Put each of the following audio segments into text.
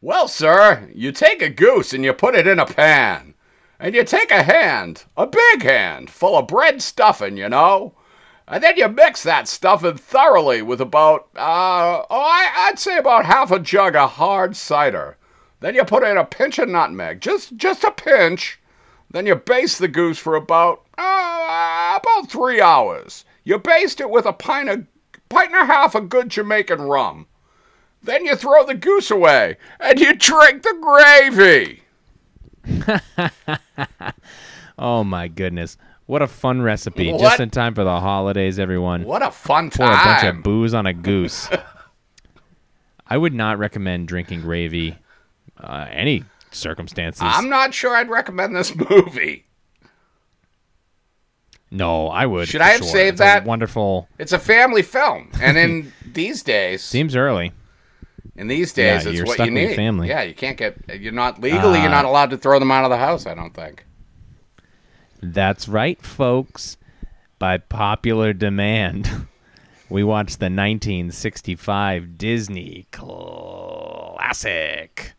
Well, sir, you take a goose and you put it in a pan. And you take a hand, a big hand, full of bread stuffing, you know. And then you mix that stuffing thoroughly with about, uh, oh, I, I'd say about half a jug of hard cider. Then you put in a pinch of nutmeg, just just a pinch. Then you baste the goose for about uh, about three hours. You baste it with a pint of pint and a half of good Jamaican rum. Then you throw the goose away and you drink the gravy. Oh my goodness. What a fun recipe. What? Just in time for the holidays, everyone. What a fun Pour a bunch of time! booze on a goose. I would not recommend drinking gravy uh, any circumstances. I'm not sure I'd recommend this movie. no, I would. Should for I have sure. saved It's a that? Wonderful. It's a family film, and in these days, Seems early. in these days, Yeah, it's you're what stuck you with your need. family. Ah. Yeah, you can't get. You're not legally. you're not allowed to throw them out of the house. I don't think. That's right, folks. By popular demand, we watched the 1965 Disney classic,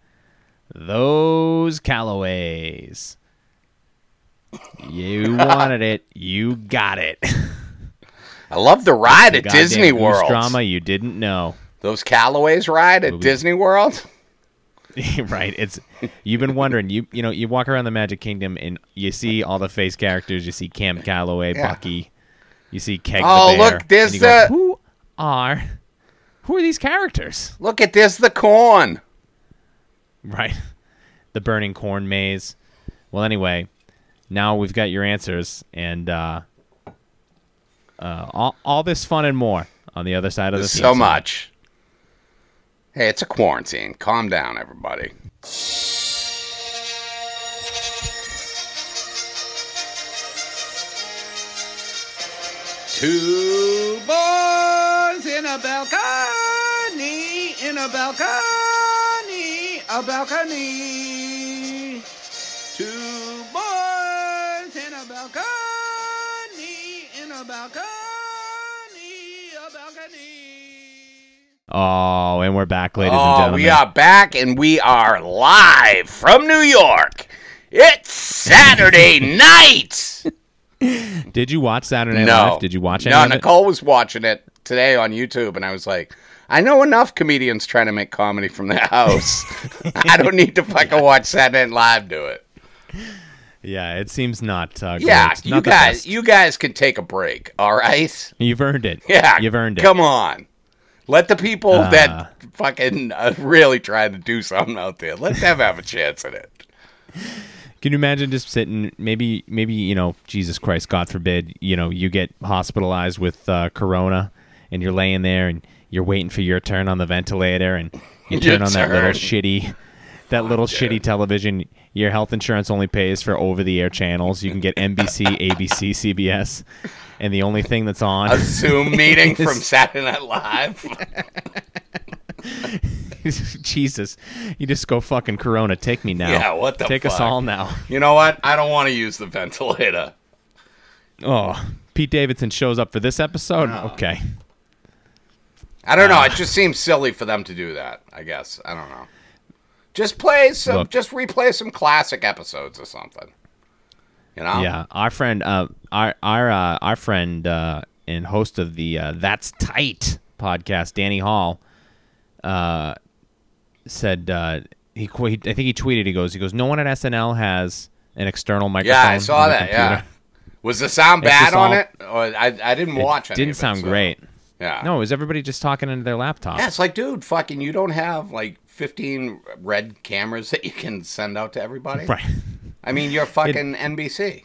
Those Callaways. You wanted it, you got it. I love the ride at Goddamn Disney goose World. drama you didn't know. Those Callaways ride at Disney World. right. It's you've been wondering. You you know you walk around the Magic Kingdom and you see all the face characters. You see Cam Calloway, Yeah. Bucky. You see Keg Oh, the Bear. look, there's and you go, the- who are who are these characters? Look at this, the corn. Right. The burning corn maze. Well, anyway, now we've got your answers and uh, uh, all all this fun and more on the other side of the so pizza. much. Hey, it's a quarantine. Calm down, everybody. Two boys in a balcony, in a balcony, a balcony. Two boys in a balcony, in a balcony, a balcony. Oh, and we're back, ladies and Oh, gentlemen. we are back and we are live from New York. It's Saturday night. Did you watch Saturday Night no, Live? Did you watch any No, of it? Nicole was watching it today on YouTube, and I was like, I know enough comedians trying to make comedy from their house. I don't need to fucking watch Saturday Night Live do it. Yeah, it seems not. Uh, great. Yeah, Not you the guys, best. you guys can take a break. All right. You've earned it. Yeah, you've earned it. Uh. Come on. Let the people that fucking uh, really try to do something out there, let them have a chance at it. Can you imagine just sitting? Maybe, maybe you know, Jesus Christ, God forbid, you know, you get hospitalized with uh, corona, and you're laying there and you're waiting for your turn on the ventilator, and you Your turn on that little turn. shitty, that little shitty television. Your health insurance only pays for over-the-air channels. You can get NBC, ABC, CBS, and the only thing that's on a Zoom meeting from Saturday Night Live. Jesus, you just go fucking Corona. Take me now. Yeah, what the Take us fuck? all now. You know what? I don't want to use the ventilator. Oh, Pete Davidson shows up for this episode. Okay, I don't know. Uh. It just seems silly for them to do that. I guess I don't know. Just play some. Look. Just replay some classic episodes or something. You know? yeah, our friend, uh, our our uh, our friend uh, and host of the uh, That's Tight podcast, Danny Hall, uh, said uh, he, qu- he I think he tweeted. He goes, he goes, no one at SNL has an external microphone. Yeah, I saw on their that. Yeah. computer." Was the sound It's bad just on all- it? Or I, I didn't watch any of it. Didn't sound so- Ah. great. Yeah. No, it was everybody just talking into their laptop. Yeah, it's like, dude, fucking, you don't have like 15 red cameras that you can send out to everybody. Right. I mean, you're fucking NBC.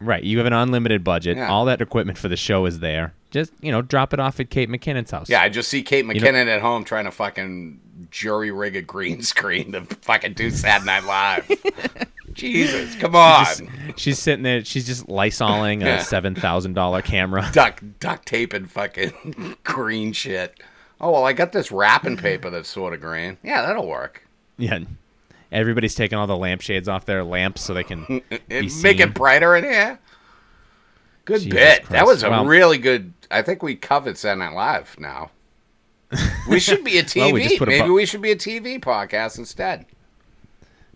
Right. You have an unlimited budget. Yeah. All that equipment for the show is there. Just, you know, drop it off at Kate McKinnon's house. Yeah, I just see Kate know- McKinnon at home trying to fucking jury rig a green screen to fucking do Saturday Night Live. Jesus, come on. Just- she's sitting there. She's just lysoling Yeah. a $7,000 camera. Duck, duct tape and fucking green shit. Oh, well, I got this wrapping paper that's sort of green. Yeah, that'll work. Yeah. Everybody's taking all the lampshades off their lamps so they can be It, make seen. it brighter in here. Good Jesus bit. That Christ. was a Well- really good. I think we covered Saturday Night Live now. We should be a TV. Well, we just put a Maybe bu- we should be a TV podcast instead.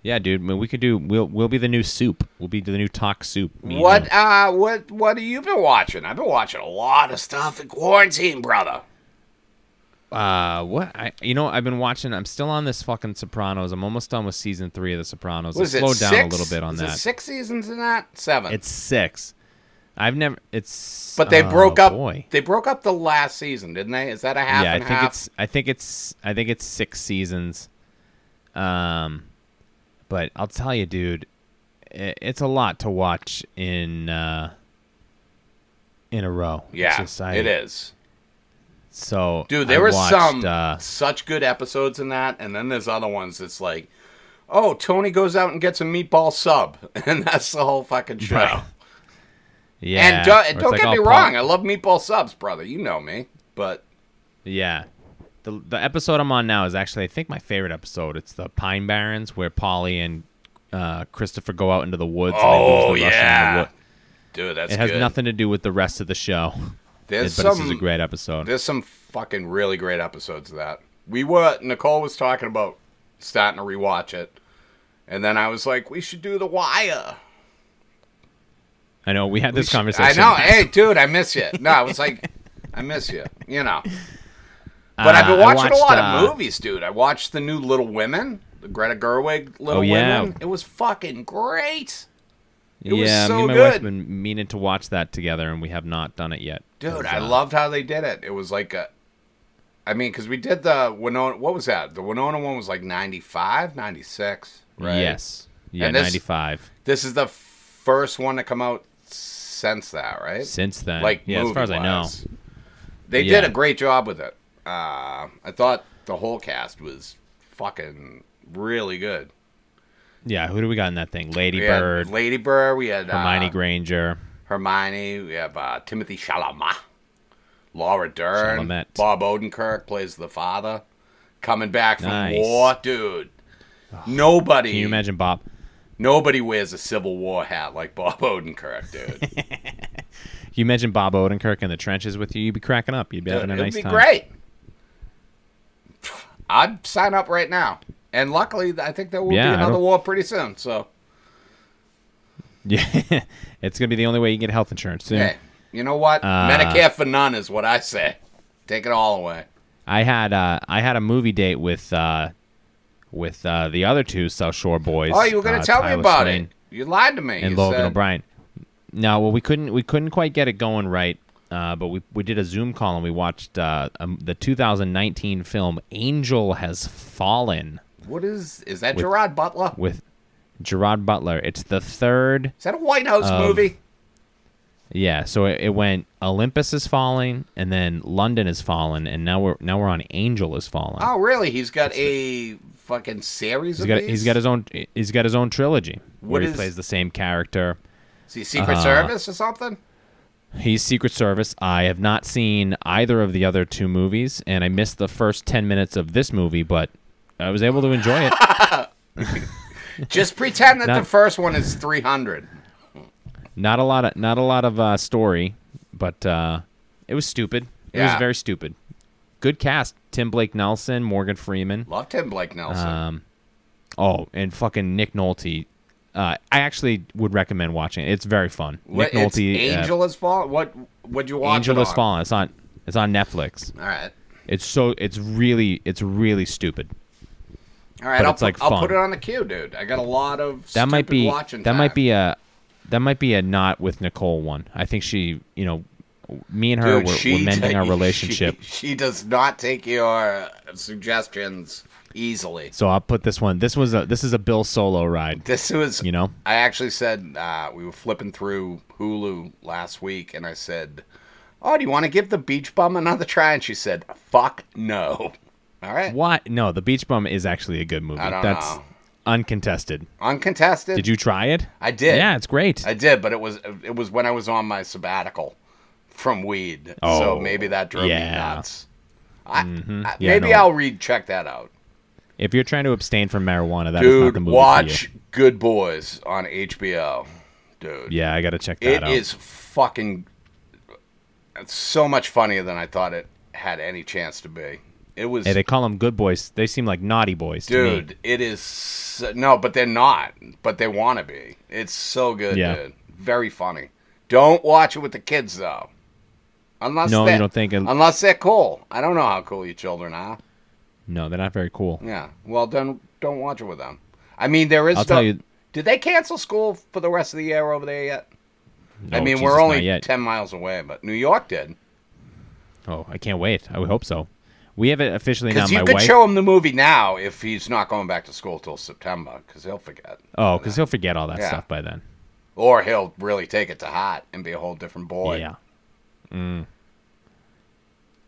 Yeah, dude. I mean, we could do. We'll we'll be the new soup. We'll be the new talk soup. medium. What uh what what have you been watching? I've been watching a lot of stuff in quarantine, brother. Uh, what? I you know I've been watching. I'm still on this fucking Sopranos. I'm almost done with season three of the Sopranos. What is I it? slowed down six? a little bit on Is it that. six seasons in that? Seven. It's six. I've never. It's but they oh, broke up Boy. they broke up the last season, didn't they? Is that a half Yeah, I and think half? it's. I think it's. I think it's six seasons. Um, but I'll tell you, dude, i it's a lot to watch in uh, in a row. It's yeah, just, I- it is. So, Dude, there I were watched, some Uh, such good episodes in that, and then there's other ones that's like, oh, Tony goes out and gets a meatball sub, and that's the whole fucking show. Right. yeah, And where don't, it's don't like, get oh, me Paul- wrong, I love meatball subs, brother. You know me, but Yeah. The, the episode I'm on now is actually, I think, my favorite episode. It's the Pine Barrens where Polly and uh, Christopher go out into the woods. Oh, and they lose the Russian in the yeah. wood. dude, that's It has good. nothing to do with the rest of the show. There's but some this is a great episode. there's some fucking really great episodes of that. We were Nicole was talking about starting to rewatch it, and then I was like, we should do The Wire. I know we had this I conversation. know. eh, Hey, dude, I miss you. No, I was like, I miss you. You know. But I've been Uh, I watching a lot watched, of uh, movies, dude. I watched the new Little Women, the Greta Gerwig Little Oh, yeah. Women. It was fucking great, It was yeah, so me and my wife good. have been meaning to watch that together, and we have not done it yet. dude. 'Cause, I uh, loved how they did it. It was like a, I mean, because we did the Winona. What was that? The Winona one was like 95, 96, right? Yes. Yeah, And this- 95. This is the first one to come out since that, right? Since then. like yeah, as far as I know. movie-wise. They Yeah. did a great job with it. Uh, I thought the whole cast was fucking really good. Yeah, who do we got in that thing? Lady We had Bird, Lady Bird, we had Hermione uh, Granger. Hermione, we have uh, Timothy Chalamet, Laura Dern, Chalamet. Bob Odenkirk plays the father, coming back from Nice. war, dude. Nobody, Can you imagine Bob? nobody wears a Civil War hat like Bob Odenkirk, dude. You mentioned Bob Odenkirk in the trenches with you. You'd be cracking up. You'd be having a It'd nice be time. great. I'd sign up right now. And luckily, I think there will Yeah, I be another don't- war pretty soon. So, Yeah, it's gonna be the only way you can get health insurance soon. hey, you know what? Uh, Medicare for none is what I say. Take it all away. I had uh, I had a movie date with uh, with uh, the other two South Shore boys. Oh, you were going to uh, tell Tyler me about Swain it. You lied to me. and you Logan said- O'Brien. No, well, we couldn't we couldn't quite get it going right. Uh, but we, we did a Zoom call and we watched uh, um, the 2019 film Angel Has Fallen What is is that Gerard Butler? with Gerard Butler. It's the third Is that a White House Um, movie? Yeah, so it, it went Olympus is falling, and then London is fallen, and now we're now we're on Angel is falling. Oh, really? He's got a fucking series he's of got these? he's got his own he's got his own trilogy What where he is- plays the same character. Is he Uh-huh. Secret Service or something? He's Secret Service. I have not seen either of the other two movies, and I missed the first ten minutes of this movie, but I was able to enjoy it. Just pretend that Not- the first one is 300. not a lot of not a lot of uh, story, but uh, it was stupid. It was Yeah. very stupid. Good cast: Tim Blake Nelson, Morgan Freeman. Loved him, Blake Nelson. Um, oh, and fucking Nick Nolte. Uh, I actually would recommend watching it. It's very fun. What, Nick it's Nolte. uh, Angel is Fall. What would you watch? Angel it is on? Fallen. It's on. It's on Netflix. All right, It's so. It's really. It's really stupid. all right. But I'll, it's, like, put, I'll fun. put it on the queue, dude. I got a lot of That might stupid be. watching. That might time. be a. That might be a not with Nicole one. I think she. You know, me and her Dude, were, she were mending ta- our she- relationship. She, does not take your suggestions easily. So I'll put this one. This was a. This is a Bill Solo ride. This was, You know. I actually said uh, we were flipping through Hulu last week, and I said, "Oh, do you want to give the Beach Bum another try?" And she said, "Fuck no." All right, What? No, The Beach Bum is actually a good movie. don't That's know. uncontested. uncontested. Did you try it? I did. Yeah, it's great. I did, but it was it was when I was on my sabbatical from weed. so Oh, maybe that drove me yeah. Mm-hmm. nuts. I, I- Yeah, maybe no. I'll read check that out. If you're trying to abstain from marijuana, that is not Dude, the movie watch for Good Boys on HBO. Dude. you. Yeah, I gotta check that uh, it out. is fucking it's so much funnier than I thought it had any chance to be. It was Hey, they call them good boys. They seem like naughty boys, to me. dude it is so- no but they're not but they want to be it's so good Yeah. dude very funny don't watch it with the kids though unless No, they, you don't think it- unless they're cool i don't know how cool your children are No, they're not very cool. yeah well then don't watch it with them i mean there is I'll stuff tell you- did they cancel school for the rest of the year over there yet i No, mean Jesus, we're not only yet. 10 miles away but new york did Oh, I can't wait. I would hope so. We have it officially now. because you My could wife. show him the movie now if he's not going back to school till september because he'll forget oh, because he'll forget all that Yeah. stuff by then. or he'll really take it to heart and be a whole different boy Yeah. Mm.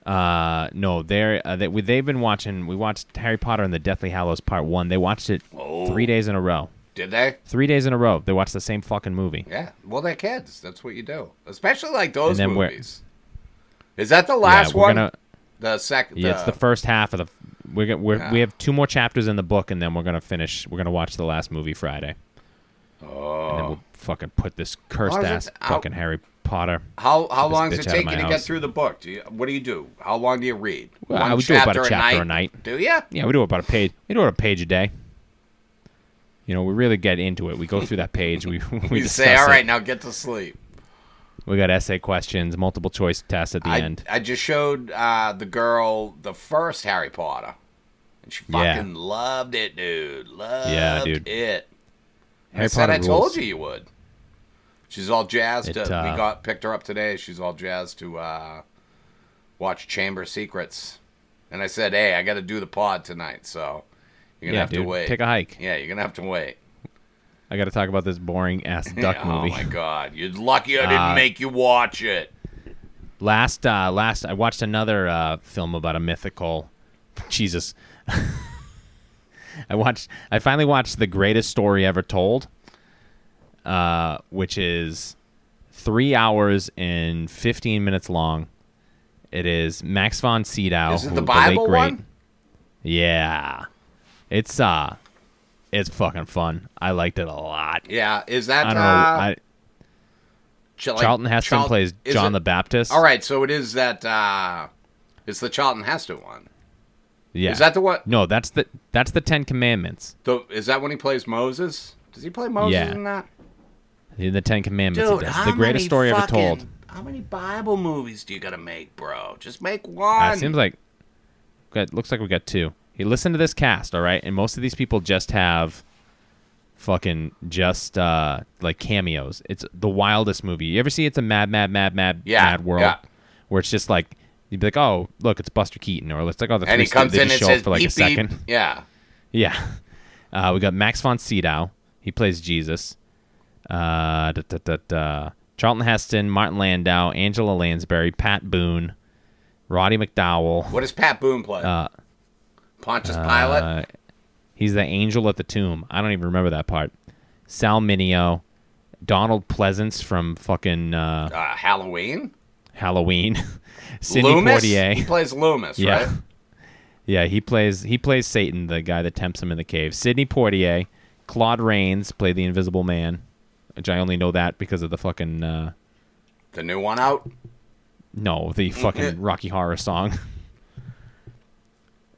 Uh, no, they're uh, they, we, they've been watching. We watched Harry Potter and the Deathly Hallows Part One. They watched it Oh. three days in a row. Did they? Three days in a row. They watched the same fucking movie. Yeah. Well, they're kids. That's what you do. Especially like those And then we're- movies. Is that the last we're one? gonna- The second. Yeah, it's the first half of the. We're, go- we're we Yeah. have two more chapters in the book, and then we're gonna finish. We're gonna watch the last movie Friday, and then oh. we'll fucking put this cursed How does ass it- how- fucking Harry Potter. How how this long does bitch it out of take you my to get house. through the book? Do you? What do you do? How long do you read? Well, I would do about a chapter a night. Do you? Yeah, we do about a page. We do about a page a day. You know, we really get into it. We go through that page. We we You say, discuss all it. right, now get to sleep. We got essay questions, multiple choice tests at the I, end. I just showed uh, the girl the first Harry Potter, and she Yeah. fucking loved it, dude. Loved dude. it. I Harry said Potter I told rules. you you would. She's all jazzed. It, to, uh, we got picked her up today. She's all jazzed to uh, watch Chamber Secrets, and I said, "Hey, I got to do the pod tonight, so you're gonna yeah, have dude, to wait. take a hike. yeah, you're gonna have to wait." I got to talk about this boring ass duck Yeah, movie. Oh my god, you're lucky I didn't Uh, make you watch it. Last uh last I watched another uh film about a mythical Jesus. I watched I finally watched The Greatest Story Ever Told. Uh which is 3 hours and 15 minutes long. It is Max von Sydow. Is it who- the oh, late Bible great- one? Yeah. It's uh it's fucking fun. I liked it a lot. Yeah, is that I don't know. uh, I, Ch- like, Charlton Heston Charl- plays is John it- the Baptist. All right, so it is that. uh It's the Charlton Heston one. Yeah. Is that the one? No, that's the that's the Ten Commandments. The, is that when he plays Moses? Does he play Moses Yeah. in that? In the Ten Commandments, Dude, it does. how the greatest many story ever fucking- told. How many Bible movies do you gotta make, bro? Just make one. Uh, it seems like got, looks like we got two. Hey, listen to this cast, all right? And most of these people just have fucking just uh like cameos. It's the wildest movie. You ever see it's a mad, mad, mad, mad, Yeah, mad world yeah. where it's just like you'd be like, oh, look, it's Buster Keaton, or it's like oh, the and three he comes Stooges, in and they just show says, up for like beep, a second. beep. Yeah. Yeah. Uh, we got Max von Sydow. He plays Jesus. Uh, da, da, da, da. Charlton Heston, Martin Landau, Angela Lansbury, Pat Boone, Roddy McDowell. What does Pat Boone play? Uh, Pontius Pilate. Uh, he's the angel at the tomb. I don't even remember that part. Sal Mineo, Donald Pleasance from fucking uh, Uh, Halloween. Halloween. Sidney Loomis. He Portier. plays Loomis, Yeah. right? Yeah, he plays he plays Satan, the guy that tempts him in the cave. Sidney Portier, Claude Rains played the Invisible Man, which I only know that because of the fucking uh, The new one out. no, the Mm-hmm. fucking Rocky Horror song.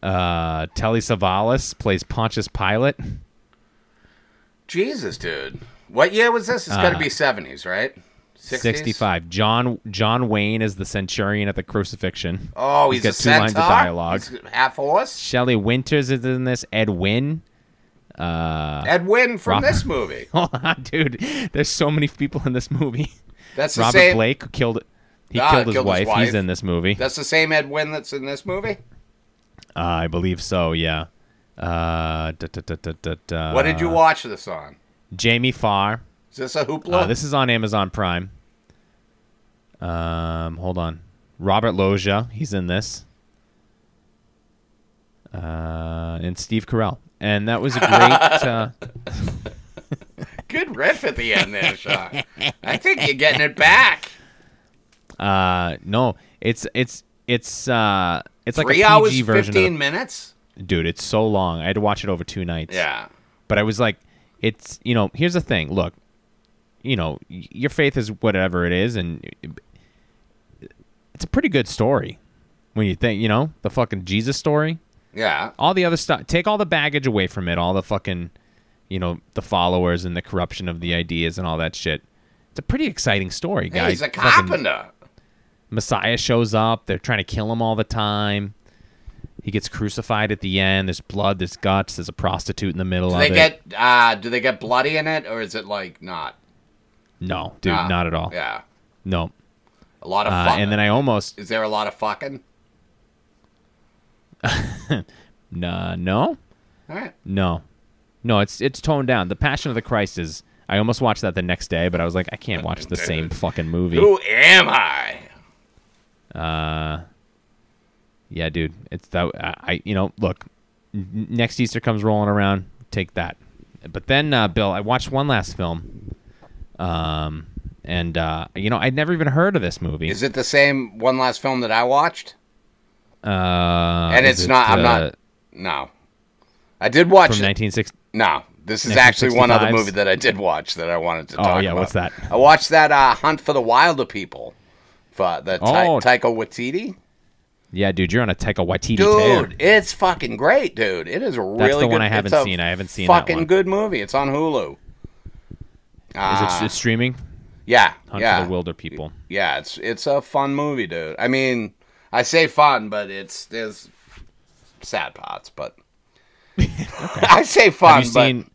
Uh, Telly Savalas plays Pontius Pilate. Jesus, dude. What year was this? It's got to be seventies, right? 60s? Uh, Sixty-five. John John Wayne is the centurion at the crucifixion. Oh, he's, got a two lines of centaur? dialogue. He's half horse. Shelley Winters is in this. Ed Wynn. Uh, Edwin from Rob- this movie. Hold on, dude. There's so many people in this movie. That's the Robert same. Blake who killed he Ah, killed, his, killed his wife. wife. He's in this movie. That's the same Edwin that's in this movie. Uh, I believe so. Yeah. Uh, da, da, da, da, da, da. What did you watch this on? Jamie Farr. Is this a hoopla? Uh, this is on Amazon Prime. Um, hold on. Robert Loggia. He's in this. Uh, and Steve Carell. And that was a great. uh, Good riff at the end there, Sean. I think you're getting it back. uh, no, it's it's it's uh, it's like Three a hours, PG version. fifteen Of minutes. the, dude, it's so long. I had to watch it over two nights. Yeah, but I was like, it's you know, here's the thing. Look, you know, y- your faith is whatever it is, and it's a pretty good story. When you think, you know, the fucking Jesus story, Yeah. all the other stuff, take all the baggage away from it, all the fucking, you know, the followers and the corruption of the ideas and all that shit. It's a pretty exciting story, Hey, guys. he's a carpenter. Messiah shows up. They're trying to kill him all the time. He gets crucified at the end. There's blood. There's guts. There's a prostitute in the middle Do of they it. get uh do they get bloody in it or is it like not? no, dude, Ah, not at all. Yeah. No. A lot of Uh, fucking. and then I almost is there a lot of fucking? nah, no, All right. no, no. It's it's toned down. The Passion of the Christ is. I almost watched that the next day, but I was like, I can't watch the same fucking movie. Who am I? Yeah, dude. It's that I, I you know look. n- Next Easter comes rolling around. Take that. But then, uh, Bill, I watched one last film, um, and uh, you know I'd never even heard of this movie. Is it the same one last film that I watched? Uh, and is it's it, not. I'm uh, not. No, I did watch. from it- 1960. no, this is actually one other 1965s? movie that I did watch that I wanted to Oh, talk yeah, about. what's that? I watched that uh, Hunt for the Wilder People, for the Ta- Oh. Taika Waititi. Yeah, dude, you're on a Taika Waititi tear. Dude, it's fucking great, dude. It is a really the good. one I haven't it's a seen. I haven't seen that Fucking one. good movie. It's on Hulu. Is it Ah, s- it's streaming? yeah, Hunt yeah, for the Wilder People. yeah. It's it's a fun movie, dude. I mean, I say fun, but it's there's sad parts, but I say fun. Have you but, seen?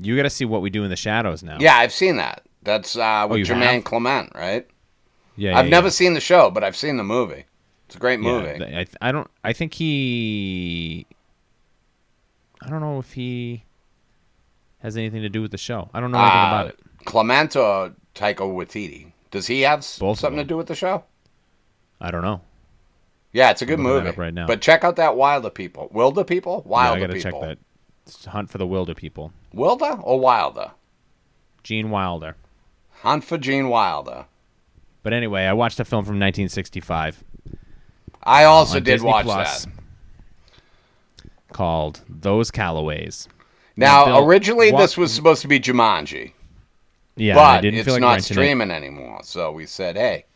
You got to see what we do in the shadows now. Yeah, I've seen that. That's uh, with Oh, you Jermaine have? Clement, right? yeah. I've yeah, never yeah. seen the show, but I've seen the movie. It's a great Yeah, movie. th- I, th- I don't. I think he. I don't know if he has anything to do with the show. I don't know anything Uh, about it. Clement or Taika Waititi? Does he have s- Both of something to them. do with the show? I don't know. Yeah, it's a good looking that movie. up right now. But check out that Wilder People. Wilder People? Yeah, I Wilder gotta People. check that. It's Hunt for the Wilder People. Wilder or Wilder? Gene Wilder. Hunt for Gene Wilder. But anyway, I watched a film from 1965. I also did Uh, Disney watch Plus that. Called Those Callaways. Now, Bill, originally, what- this was supposed to be Jumanji, Yeah, I but didn't it's feel like not renting it. streaming anymore. So we said, hey,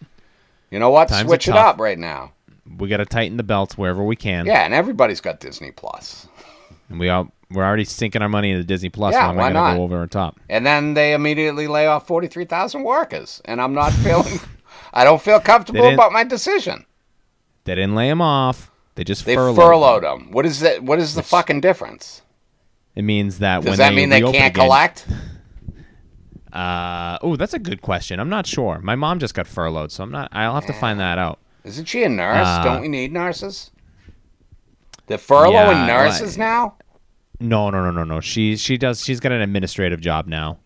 you know what? Times are Switch it tough. up right now. We got to tighten the belts wherever we can. Yeah, and everybody's got Disney Plus. And we all we're already sinking our money into Disney Plus. Yeah, why am why I gonna not? go over our top? And then they immediately lay off 43,000 workers. And I'm not feeling, I don't feel comfortable didn't- about my decision. They didn't lay them off. They just They furloughed. furloughed, them. What is that? What is the fucking difference? It means that Does when that they mean they reopen can't again- collect? Uh, oh, that's a good question. I'm not sure. My mom just got furloughed, so I'm not. I'll have to find that out. Isn't she a nurse? Uh, Don't we need nurses? They're furloughing Yeah, nurses now. No, no, no, no, no. She she does. She's got an administrative job now.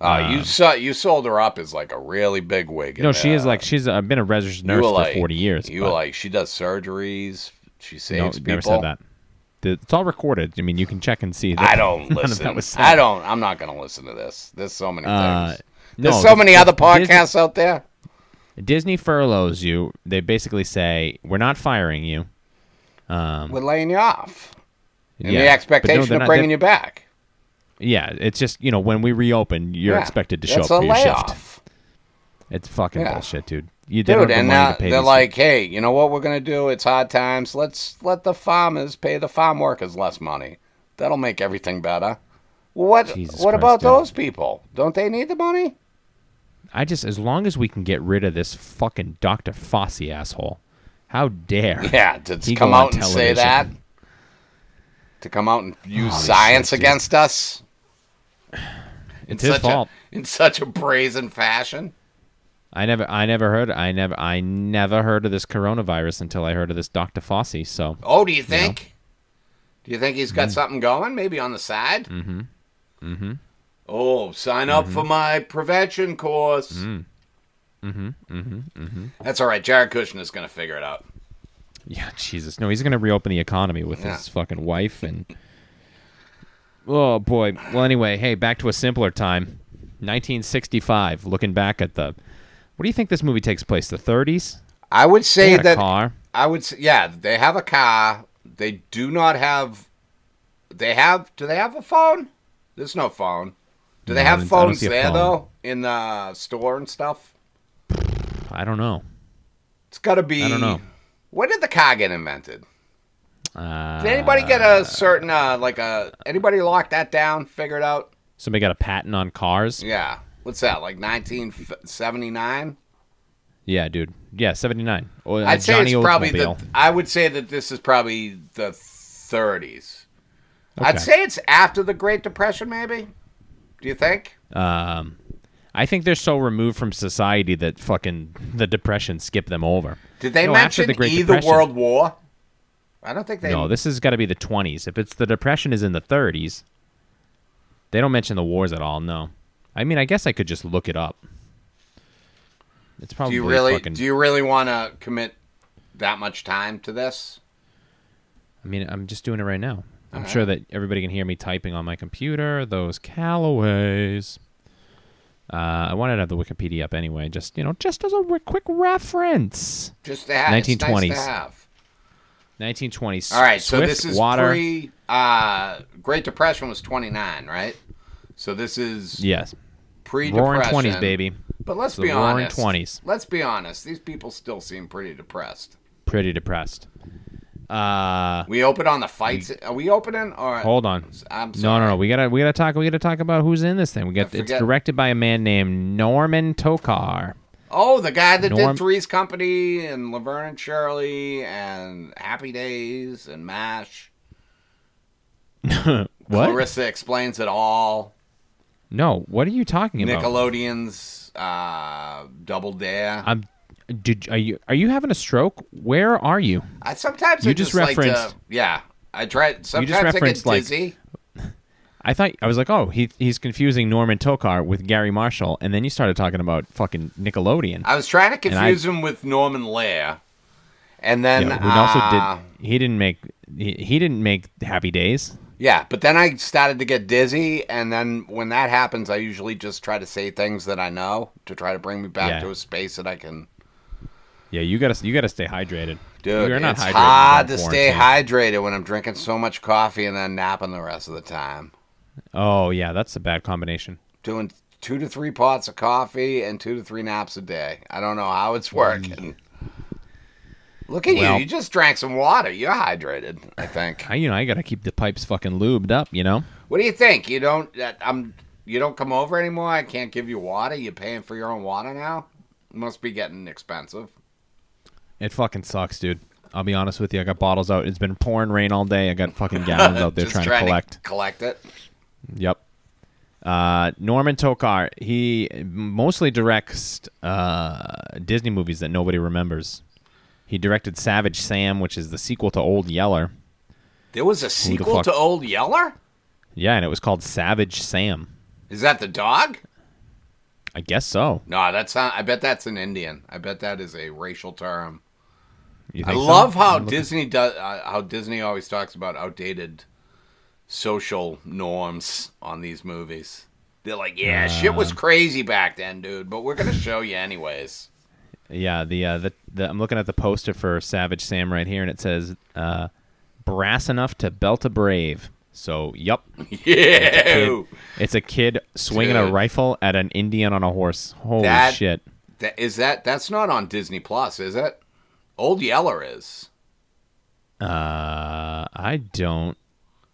Uh, you saw you sold her up as like a really big wig. No, she is like she's uh, been a registered nurse for 40 years. You but- were like she does surgeries. She No, saves people. never said that. The- It's all recorded. I mean, you can check and see. That I don't none of listen. that was said. I don't. I'm not going to listen to this. There's so many Uh, things. no, There's so the- many the other Disney- podcasts out there. Disney furloughs you. They basically say we're not firing you. We're laying you off, and Um, Yeah, but the no, expectation they're of not- bringing they're- you back. Yeah, it's just you know when we reopen, you're Yeah, expected to show it's up a for your shift. layoff. It's fucking Yeah. bullshit, dude. You they don't dude have the and money now to pay they're these- like hey you know what we're going to do it's hard times let's let the farmers pay the farm workers less money that'll make everything better what Jesus what Christ, about dude. those people don't they need the money I just as long as we can get rid of this fucking Dr. Fossey asshole. How dare? yeah to He come go on out and say television. that to come out and use Holy science shit, dude. against us it's his such fault. A, in such a brazen fashion I never, I never heard, I never, I never heard of this coronavirus until I heard of this Dr. Fossey. So oh do you think do you think he's Mm-hmm. got something going maybe on the side mm-hmm mm-hmm oh sign up Mm-hmm. for my prevention course Mm. Mm-hmm. That's all right. Jared Kushner is going to figure it out. Yeah, Jesus. No, he's going to reopen the economy with Yeah. his fucking wife and. Oh, boy. Well, anyway, hey, back to a simpler time. 1965, looking back at the. What do you think this movie takes place? The 30s? I would They say had a that car. I would say yeah, they have a car. They do not have they have do they have a phone? There's no phone. Do they No, I have don't- I don't phones see a there phone. though in the store and stuff? I don't know. It's got to be I don't know. When did the car get invented? Uh, Did anybody get a certain uh, like a anybody lock that down? Figured out? somebody got a patent on cars? Yeah. What's that? Like 1979? Yeah, dude. Yeah, Oh, uh, seventy nine. I'd say it's probably the. I would say that this is probably the 30s. Okay. I'd say it's after the Great Depression, maybe. Do you think? Um, I think they're so removed from society that fucking the depression skipped them over. Did they No, after mention the Great either Depression. World War? I don't think they. No, this has got to be the 20s. If it's the depression is in the 30s, they don't mention the wars at all. No, I mean, I guess I could just look it up. It's do probably you really? fucking. Do you really want to commit that much time to this? I mean, I'm just doing it right now. I'm sure that everybody can hear me typing on my computer. Those Callaways. Uh, I wanted to have the Wikipedia up anyway, just you know, just as a re- quick reference. Just to have. it's nice to 1920s. have. 1920s. All right, so Swift this is water. pre uh, Great Depression was 29, right? So this is yes, pre-depression. roaring 20s, baby. But let's The be roaring honest. 20s. Let's be honest. These people still seem pretty depressed. Pretty depressed. Uh, We open on the fights. Are we opening or Mm. Hold on. I'm No, no, sorry. no. We gotta, we gotta talk. We gotta talk about who's in this thing. We I got. It's forget. directed by a man named Norman Tokar. Oh, the guy that Norm- did Three's Company and Laverne and Shirley and Happy Days and Mash. What? Clarissa explains it all. No. What are you talking about? Nickelodeon's uh, Double Dare. I'm. Did are you are you having a stroke? Where are you? I sometimes You I just just, like referenced- to, yeah. I try. Sometimes I referenced, get like- dizzy. I thought I was like, oh, he he's confusing Norman Tokar with Gary Marshall, and then you started talking about fucking Nickelodeon. I was trying to I- confuse him with Norman Lear, and then uh, yeah, yeah, who also did. He didn't make. He, he didn't make Happy Days. yeah, but then I started to get dizzy, and then when that happens, I usually just try to say things that I know to try to bring me back Yeah. to a space that I can. Yeah, you gotta you gotta stay hydrated. Dude, You're not it's hydrated hard to during stay quarantine. hydrated when I'm drinking so much coffee and then napping the rest of the time. Oh yeah, that's a bad combination. Doing two to three pots of coffee and two to three naps a day. I don't know how it's working. Look at Well- you. You just drank some water. You're hydrated, I think. I, you know, I gotta keep the pipes fucking lubed up. You know. What do you think? You don't that I'm you don't come over anymore. I can't give you water. You're paying for your own water now. Must be getting expensive. It fucking sucks, dude. I'll be honest with you. I got bottles out. It's been pouring rain all day. I got fucking gallons out there Just trying, to collect. collect it. Yep. Uh, Norman Tokar. He mostly directs uh, Disney movies that nobody remembers. He directed Savage Sam, which is the sequel to Old Yeller. There was a sequel fuck- to Old Yeller. Yeah, and it was called Savage Sam. Is that the dog? I guess so. No, that's not. I bet that's an Indian. I bet that is a racial term. You I think so? love how I'm looking- Disney does. Uh, how Disney always talks about outdated social norms on these movies. They're like, yeah, shit Uh. was crazy back then, dude, but we're gonna show you anyways. Yeah, the uh, the, the I'm looking at the poster for Savage Sam right here, and it says uh, "Brass enough to belt a brave." So, yup, Yeah. kid- it's a kid swinging a Dude. rifle at an Indian on a horse. Holy That- shit! That is that that's not on Disney Plus, is it? Old Yeller is. Uh, I don't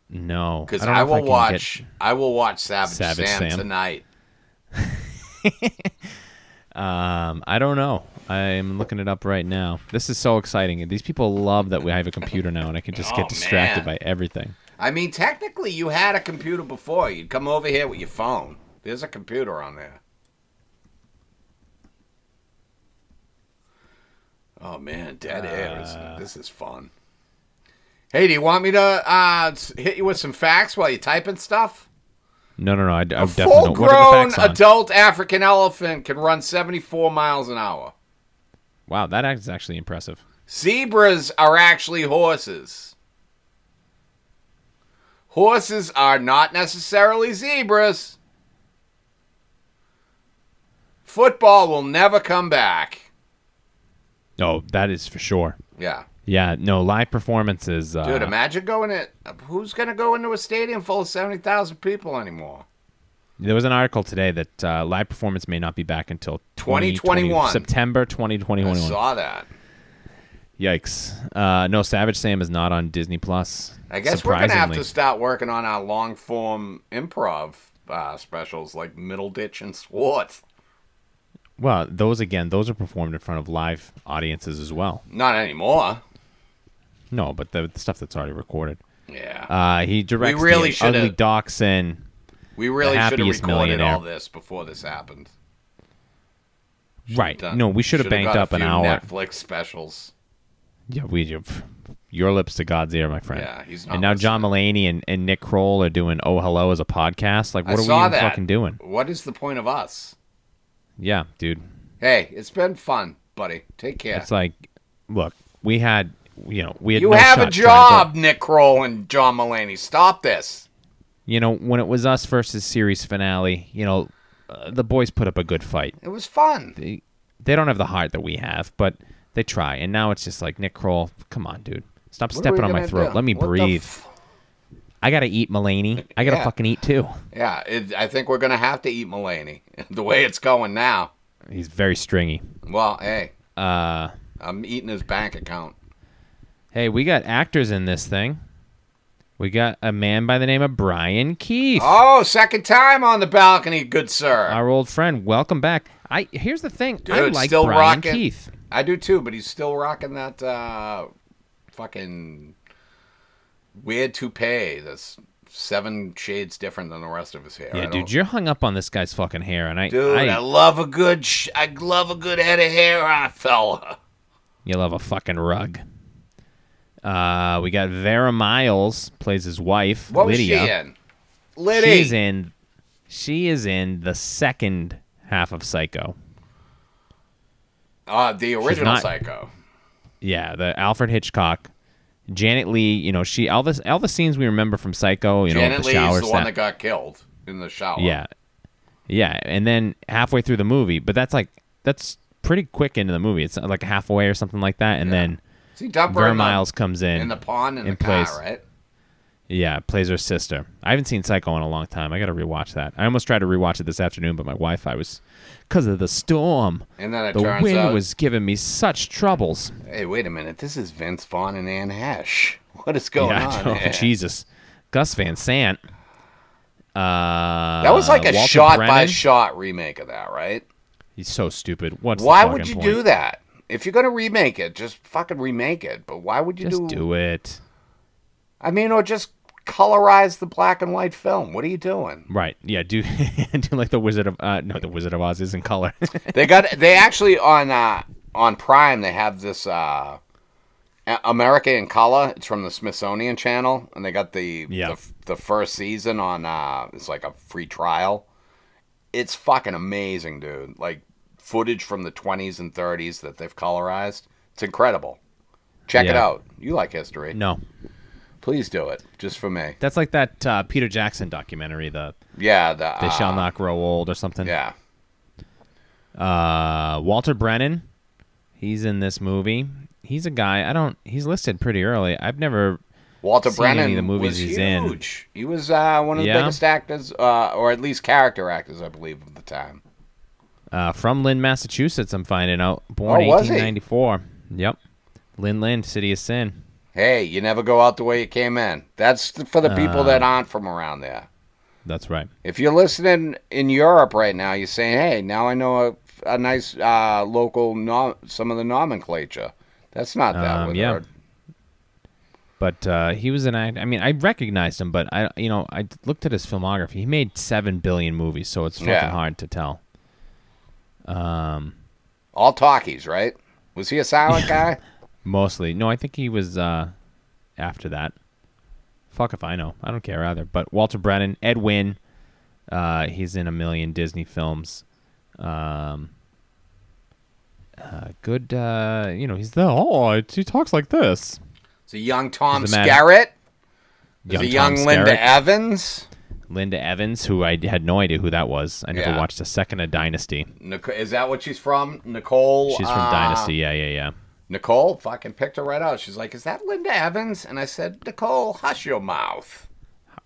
know. Because don't know I, if will can watch get- I will watch Savage, Savage Sam, Sam. tonight. um, I don't know. I'm looking it up right now. This is so exciting. These people love that we have a computer now, and I can just Oh, get distracted man. by everything. I mean technically you had a computer before. You'd come over here with your phone. There's a computer on there. Oh man, dead air. Isn't Uh. it? This is fun. Hey, do you want me to uh, s- hit you with some facts while you're typing stuff? No, no, no. I, I definitely Full don't. What are grown the facts on? adult African elephant can run 74 miles an hour. wow, that act is actually impressive. Zebras are actually horses. Horses are not necessarily zebras. Football will never come back. Oh, that is for sure. Yeah. Yeah, no, live performances. Uh, Dude, imagine going it. Who's going to go into a stadium full of 70,000 people anymore? there was an article today that uh, live performance may not be back until 2021. September 2021. I saw that. Yikes. Uh, no, Savage Sam is not on Disney Plus. I guess we're gonna have to start working on our long form improv uh, specials like Middleditch and Swartz. Well, those again, those are performed in front of live audiences as well. Not anymore. No, but the, the stuff that's already recorded. Yeah, Uh, he directs really the Ugly shoulda- Dachshund. we really The should have Happiest recorded Millionaire. all this before this happened. Right. Done. No, we should have Shoulda banked got a up an few hour. Netflix specials. Yeah, we do. Your lips to God's ear, my friend. Yeah, he's not And now John listening. Mulaney and, and Nick Kroll are doing Oh Hello as a podcast. Like, what I are we saw even that. fucking doing? What is the point of us? Yeah, dude. Hey, it's been fun, buddy. Take care. It's like, look, we had, you know, we had. you no have shot a trying to go- job, Nick Kroll and John Mulaney. Stop this. You know, when it was us versus series finale, you know, uh, the boys put up a good fight. It was fun. They, they don't have the heart that we have, but they try. And now it's just like Nick Kroll, come on, dude, stop What are stepping we on my gonna throat. do? Let me What the breathe. f- I gotta eat, Mulaney. I gotta Yeah. fucking eat too. yeah, it, I think we're gonna have to eat Mulaney the way it's going now. He's very stringy. Well, hey, Uh, I'm eating his bank account. hey, we got actors in this thing. We got a man by the name of Brian Keith, Oh, second time on the balcony, good sir. our old friend. Welcome back. I here's the thing. I Dude, like still Brian rocking. Keith. I do too, but he's still rocking that uh, fucking weird toupee that's seven shades different than the rest of his hair. I Yeah, don't- dude, you're hung up on this guy's fucking hair, and I, Dude, I, I love a good, sh- I love a good head of hair on a fella. you love a fucking rug. Uh, we got Vera Miles plays his wife, What was she Lydia. in? Liddy. She's in. She is in the second half of Psycho. Uh, the original not- Psycho. Yeah, the Alfred Hitchcock, Janet Lee. You know, she all this all the scenes we remember from Psycho. You know, Janet with the Leigh shower is the one that stuff. got killed in the shower. Yeah, yeah, and then halfway through the movie, but that's like that's pretty quick into the movie. It's like halfway or something like that, and then See, Dumper Vera in the- Miles comes in in the pond in, in the car, place. right? Yeah, plays her sister. I haven't seen Psycho in a long time. I got to rewatch that. I almost tried to rewatch it this afternoon, but my Wi-Fi was because of the storm. And then it the turns wind out, was giving me such troubles. hey, wait a minute, this is Vince Vaughn and Anne Hesh. What is going yeah, I on? know. here? Jesus, Gus Van Sant. Uh, That was like a Walter shot by Brennan. shot remake of that, right? He's so stupid. What's the Why would you fucking do point? that? If you're gonna remake it, just fucking remake it. But why would you Just do it. I mean, or just colorize the black and white film. What are you doing? Right? Yeah. Do do like the Wizard of uh, no, the Wizard of Oz is in color. They got they actually on uh, on Prime they have this uh, A- America in Color. It's from the Smithsonian Channel, and they got the Yeah. the, the first season on. Uh, it's like a free trial. It's fucking amazing, dude. Like footage from the 20s and 30s that they've colorized. It's incredible. Check it Yeah. out. You like history? no, Please do it, just for me. that's like that uh, Peter Jackson documentary, the Yeah, the, They uh, Shall Not Grow Old or something. Yeah, Uh, Walter Brennan, he's in this movie. He's a guy I don't. He's listed pretty early. I've never. Walter seen any Brennan of the movies was he's in. huge. He was uh, one of the Yeah? biggest actors, uh, or at least character actors, I believe, of the time. Uh, from Lynn, Massachusetts, I'm finding out. Born Oh, was he? 1894. Yep. Lynn, Lynn, City of Sin. Hey, you never go out the way you came in. That's th- for the people Uh. that aren't from around there. That's right. If you're listening in Europe right now, you're saying, "Hey, now I know a, a nice uh, local nom- some of the nomenclature." That's not that Um, word. yeah. But uh, he was an act. I mean, I recognized him, but I, you know, I looked at his filmography. He made seven billion movies, so it's fucking Yeah. hard to tell. All talkies, right? Was he a silent guy? Mostly, no, I think he was uh, after that. Fuck if I know. I don't care either. But Walter Brennan, Ed Wynn, uh, he's in a million Disney films. Um, uh, good, uh, you know, he's the oh, he talks like this. It's a young Tom Doesn't matter. Skerritt. There's a Tom young Linda Skerritt. Evans. Linda Evans, who I had no idea who that was. I never Yeah. watched a second of Dynasty. Nic- is that what she's from? Nicole. She's from uh, Dynasty. Yeah, yeah, yeah. Nicole fucking picked her right out. She's like, "Is that Linda Evans?" And I said, "Nicole, hush your mouth."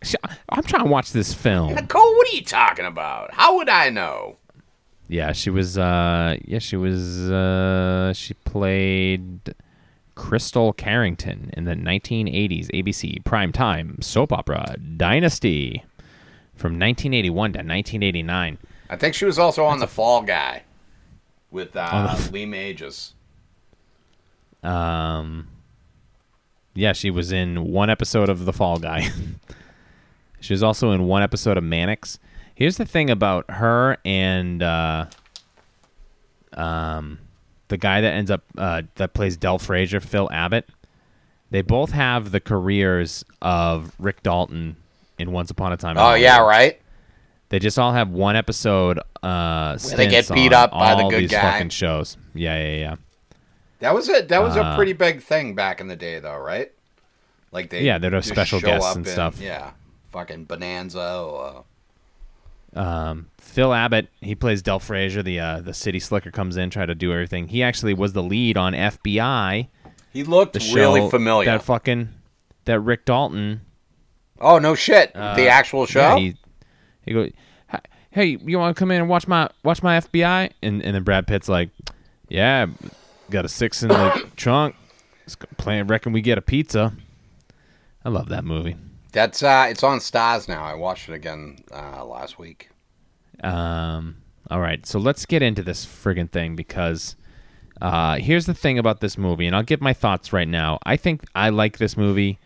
Sh- I'm trying to watch this film. Nicole, what are you talking about? How would I know? Yeah, she was. Uh, yeah, she was. Uh, she played Crystal Carrington in the 1980s ABC primetime soap opera Dynasty from 1981 to 1989. I think she was also on the Fall Guy with uh, Lee Majors. Um, yeah, she was in one episode of The Fall Guy. she was also in one episode of Mannix. Here's the thing about her and uh, um, the guy that ends up uh, that plays Del Frazier, Phil Abbott. They both have the careers of Rick Dalton in Once Upon a Time. in Oh yeah, Hollywood. right. They just all have one episode. Uh, Where they get stints beat on up by the all good these guy. fucking shows. Yeah, yeah, yeah. That was it. That was a Uh, pretty big thing back in the day, though, right? Like they Yeah, they'd have just special show guests up and in, stuff. Yeah, fucking Bonanza. Or, uh, Phil Abbott, he plays Del Frazier, the uh, the city slicker comes in, try to do everything. He actually was the lead on FBI, he looked the show really familiar. that fucking that Rick Dalton. oh no shit! the actual show. Uh, Yeah, he, he go, hey, you want to come in and watch my watch my FBI? And and then Brad Pitt's like, yeah, got a six in the trunk. It's go- Plan, reckon we get a pizza. I love that movie. That's uh, it's on Stars now. I watched it again uh, last week. Um, all right, so let's get into this friggin' thing because uh, here's the thing about this movie, and I'll give my thoughts right now. I think I like this movie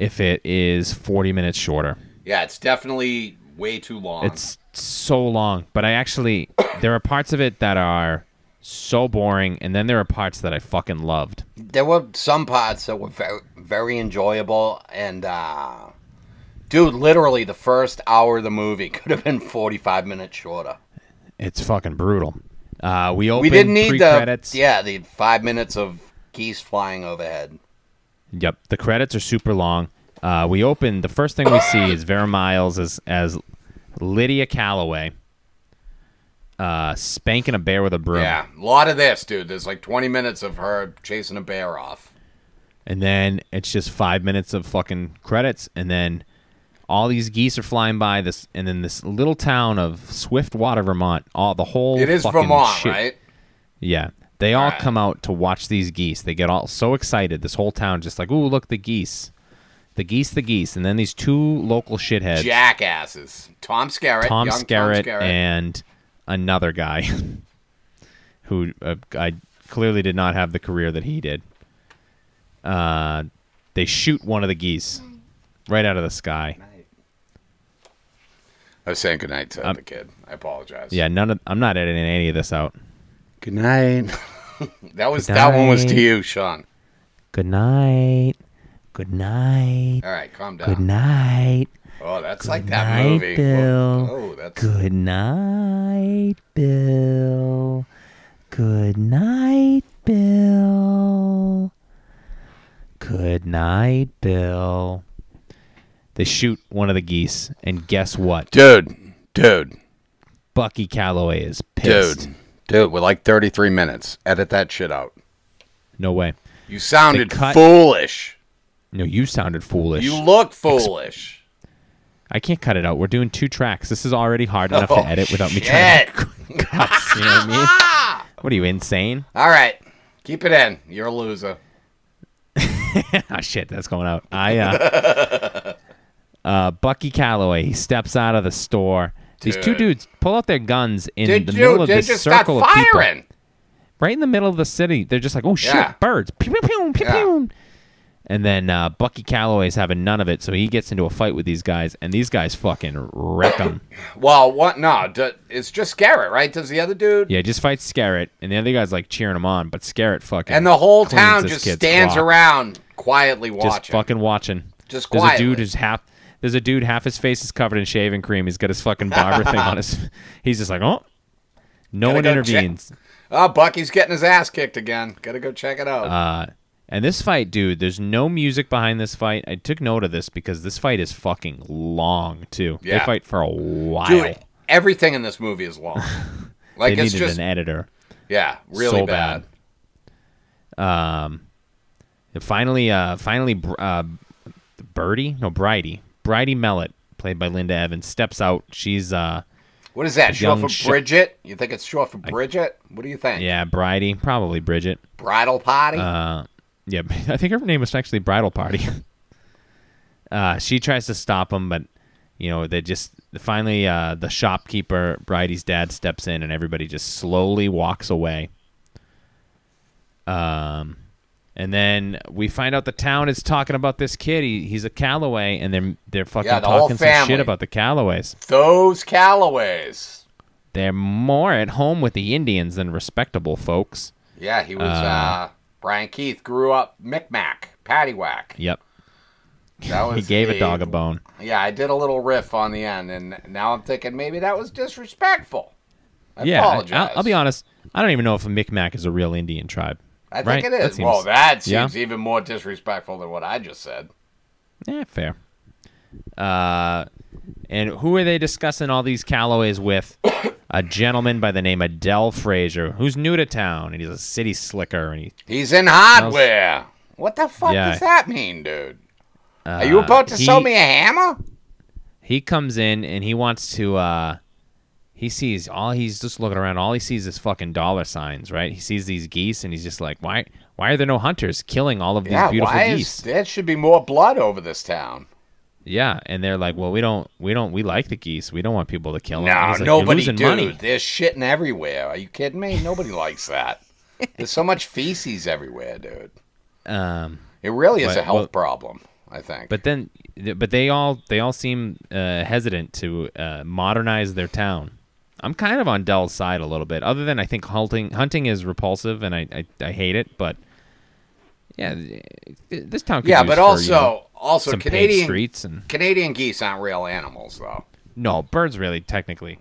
if it is 40 minutes shorter. Yeah, it's definitely way too long. It's so long, but I actually there are parts of it that are so boring, and then there are parts that I fucking loved. there were some parts that were very, very enjoyable, and uh, dude, literally the first hour of the movie could have been forty-five minutes shorter. It's fucking brutal. Uh, we open We didn't need the pre-credits. yeah the five minutes of geese flying overhead. Yep, the credits are super long. Uh, we open the first thing we see is Vera Miles as as Lydia Calloway uh, spanking a bear with a broom, Yeah, a lot of this, dude. There's like twenty minutes of her chasing a bear off. and then it's just five minutes of fucking credits, and then all these geese are flying by this, and then this little town of Swiftwater, Vermont. All the whole It is fucking Vermont, shit- right? Yeah. They all Right. come out to watch these geese. They get all so excited. This whole town just like, ooh, look the geese, the geese, the geese, and then these two local shitheads. Jackasses. Tom Skerritt, Tom young Tom Skerritt, Skerritt. and another guy who uh, I clearly did not have the career that he did. Uh, they shoot one of the geese right out of the sky. I was saying goodnight to the kid. I apologize. Um, Yeah, none of I'm not editing any of this out. Good night. that was that one was to Goodnight. you, Sean. Good night. Good night. All right, calm down. Good night. Oh, that's like that night, movie. Bill. Oh, that's Good night, Bill. Good night, Bill. Good night, Bill. They shoot one of the geese, and guess what? dude, dude, Bucky Calloway is pissed. dude, dude. We're like 33 minutes. Edit that shit out. No way. You sounded They cut- foolish. No, you sounded foolish. You look foolish. I can't cut it out. We're doing two tracks. This is already hard enough Oh, to edit without me trying to cuss. You know what I mean? Ah! What are you, insane? All right, keep it in. You're a loser. ah, shit, that's going out. I uh, uh, Bucky Calloway. He steps out of the store. These two Dude. dudes pull out their guns in Did the you? middle of they this just got circle of people, firing. right in the middle of the city. They're just like, "Oh shit, Yeah. birds!" Pew pew pew pew. Yeah. pew. And then uh, Bucky Calloway's having none of it, so he gets into a fight with these guys, and these guys fucking wreck him. Well, what? No, d- it's just Garrett, right? Does the other dude? yeah, he just fights Scarrett, and the other guy's like cheering him on, but Scarrett fucking And the whole cleans town this just kid's stands block. around quietly just watching. fucking watching. Just there's a dude quietly. who's half. There's a dude half his face is covered in shaving cream. He's got his fucking barber thing on his. He's just like, oh, no Gotta one go intervenes. oh, Bucky's getting his ass kicked again. Gotta go check it out. Uh, and this fight, dude, there's no music behind this fight. I took note of this because this fight is fucking long too. They Yeah. fight for a while. Dude, everything in this movie is long. They Like needed it's just an editor. yeah, really so bad. bad. And finally, uh, finally, Br- uh, Birdie, no, Bridie, Bridie Mellett, played by Linda Evans, steps out. She's uh, What is that? Short young for sh- Bridget? You think it's short for Bridget? What do you think? yeah, Bridie, probably Bridget. Bridal party? Uh, Yeah, I think her name was actually Bridal Party. uh, she tries to stop him, but you know they just finally uh, the shopkeeper Bridie's dad steps in, and everybody just slowly walks away. Um, and then we find out the town is talking about this kid. He, he's a Calloway, and they're they're fucking Yeah, the whole talking some shit family. about the Calloways. Those Callaways. They're more at home with the Indians than respectable folks. Yeah, he was. Uh, Uh, Brian Keith grew up Micmac, Paddywhack. Yep, That was he gave the- a dog a bone. Yeah, I did a little riff on the end, and now I'm thinking maybe that was disrespectful. I yeah, I- apologize. I'll, I'll be honest. I don't even know if a Micmac is a real Indian tribe. I think right? it That is. seems- well, that yeah. seems even more disrespectful than what I just said. Yeah, fair. Uh, and who are they discussing all these Calloways with? a gentleman by the name of Del Frazier, who's new to town, and he's a city slicker, and he He's in hardware. What the fuck Yeah. Uh, does that mean, dude? Are you about to he- sell me a hammer? he comes in and he wants to uh he sees all he's just looking around all he sees is fucking dollar signs right he sees these geese and he's just like why why are there no hunters killing all of these Yeah, beautiful why geese is there should be more blood over this town? yeah and they're like well we don't we don't we like the geese we don't want people to kill them No, he's like, nobody, You're losing dude. money There's shitting everywhere. Are you kidding me? Nobody likes that. There's so much feces everywhere, dude. um It really is But- a health well- problem, I think. but then but they all they all seem uh, hesitant to uh, modernize their town i'm kind of on dell's side a little bit other than i think hunting hunting is repulsive and i i, I hate it but yeah th- this town could yeah, use but for, you also, know, also some paved Canadian streets and Canadian geese aren't real animals, though. no birds really technically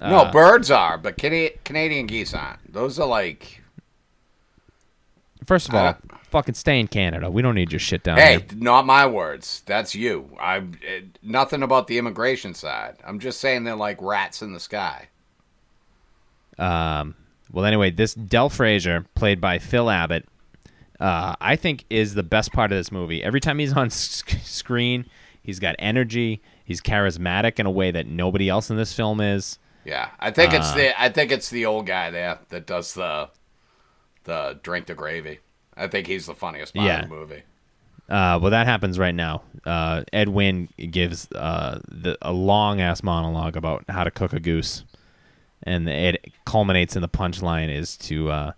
Uh, no, birds are, but Cana- Canadian geese aren't. Those are like, first of all Uh, fucking stay in canada we don't need your shit down hey, here not my words. That's you. I it, nothing about the immigration side. I'm just saying they're like rats in the sky. Um, well, anyway, this Del Frazier, played by Phil Abbott, uh, I think is the best part of this movie. Every time he's on s- screen, he's got energy. He's charismatic in a way that nobody else in this film is. Yeah, I think Uh. it's the I think it's the old guy there that does the the drink the gravy. I think he's the funniest part Yeah. of the movie. Uh, well, that happens right now. Uh, Ed Wynn gives uh, the, a long ass monologue about how to cook a goose, and it culminates in the punchline is to uh,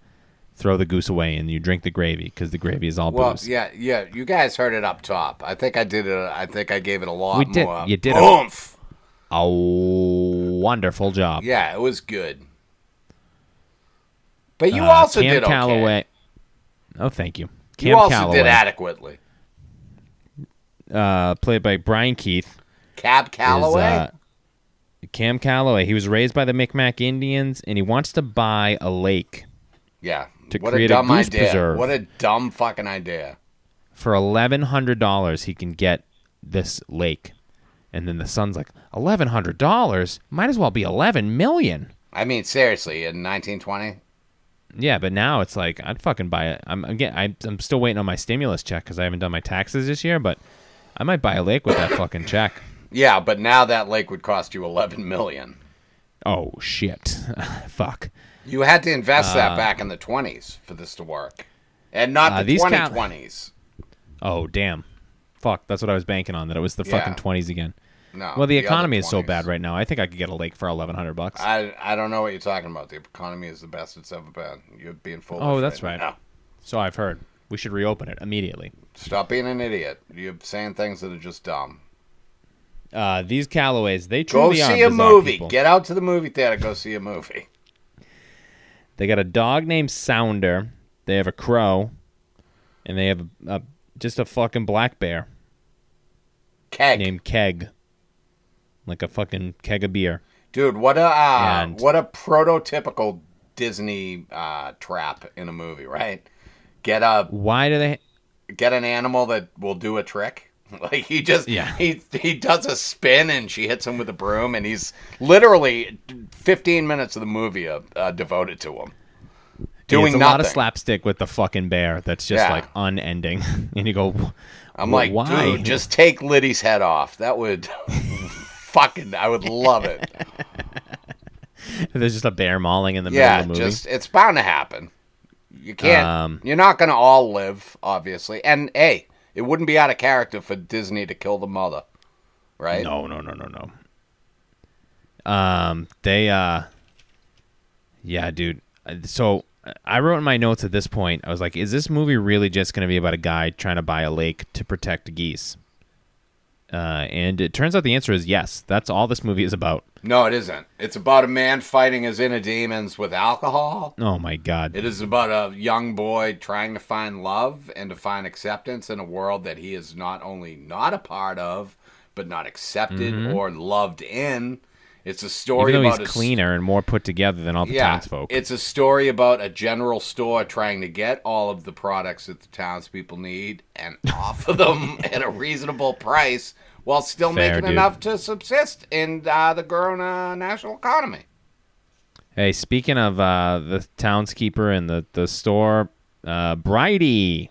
throw the goose away and you drink the gravy because the gravy is all Well, booze. yeah, yeah. You guys heard it up top. I think I did it. I think I gave it a lot We did- more. you did a- oomph. A wonderful job. Yeah, it was good. But you also Uh, Cam did okay. Calloway. Oh, thank you. Cam you also Calloway, did adequately. uh, played by Brian Keith. Cab Calloway. Is, uh, Cam Calloway. He was raised by the Micmac Indians, and he wants to buy a lake yeah. to what a create a dumb goose idea. preserve. What a dumb fucking idea. for eleven hundred dollars. He can get this lake, and then the son's like, eleven hundred dollars might as well be eleven million. I mean, seriously, in 1920. Yeah, but now it's like I'd fucking buy it. I'm again. I'm, I'm still waiting on my stimulus check because I haven't done my taxes this year, but I might buy a lake with that fucking check. Yeah, but now that lake would cost you 11 million. Oh shit! Fuck. You had to invest that back in the 20s for this to work, and not Uh, the these Cal- 2020s. Oh damn. Fuck. That's what I was banking on. That it was the fucking Yeah. twenties again. no. well, the, other economy is so 20s. bad right now. I think I could get a lake for eleven hundred bucks. I I don't know what you're talking about. The economy is the best it's ever been. You're being foolish. Oh, that's right. now. so I've heard. We should reopen it immediately. Stop being an idiot. You're saying things that are just dumb. Uh, these Callaways, they Go truly are see a bizarre movie. people. Get out to the movie theater. Go see a movie. they got a dog named Sounder. They have a crow, and they have a, a just a fucking black bear Keg, named Keg, like a fucking keg of beer. dude. What a uh, And- what a prototypical Disney uh, trap in a movie, right? Get a Why do they? get an animal that will do a trick. Like he just Yeah. he he does a spin and she hits him with a broom and he's literally 15 minutes of the movie uh, uh, devoted to him doing it's a nothing. lot of slapstick with the fucking bear that's just Yeah. like unending and you go I'm "Wh- like, why dude, just take Liddy's head off. That would fucking, I would love it. there's just a bear mauling in the Yeah, middle of the movie just it's bound to happen. You can't. Um, you're not going to all live, obviously. And hey, it wouldn't be out of character for Disney to kill the mother, right? No, no, no, no, no. Um, they uh, yeah, dude. Uh, So I wrote in my notes at this point. I was like, is this movie really just going to be about a guy trying to buy a lake to protect geese? Uh, and it turns out the answer is yes. That's all this movie is about. No, it isn't. It's about a man fighting his inner demons with alcohol. Oh my god. It is about a young boy trying to find love and to find acceptance in a world that he is not only not a part of, but not accepted or loved in. It's a story Mm-hmm. Even though about he's a cleaner and more put together than all the townsfolk. It's a story about a general store trying to get all of the products that the townspeople need and offer them at a reasonable price while still Fair, making dude. enough to subsist in uh, the growing uh, national economy. Hey, speaking of uh, the townskeeper and the the store, uh, Bridie,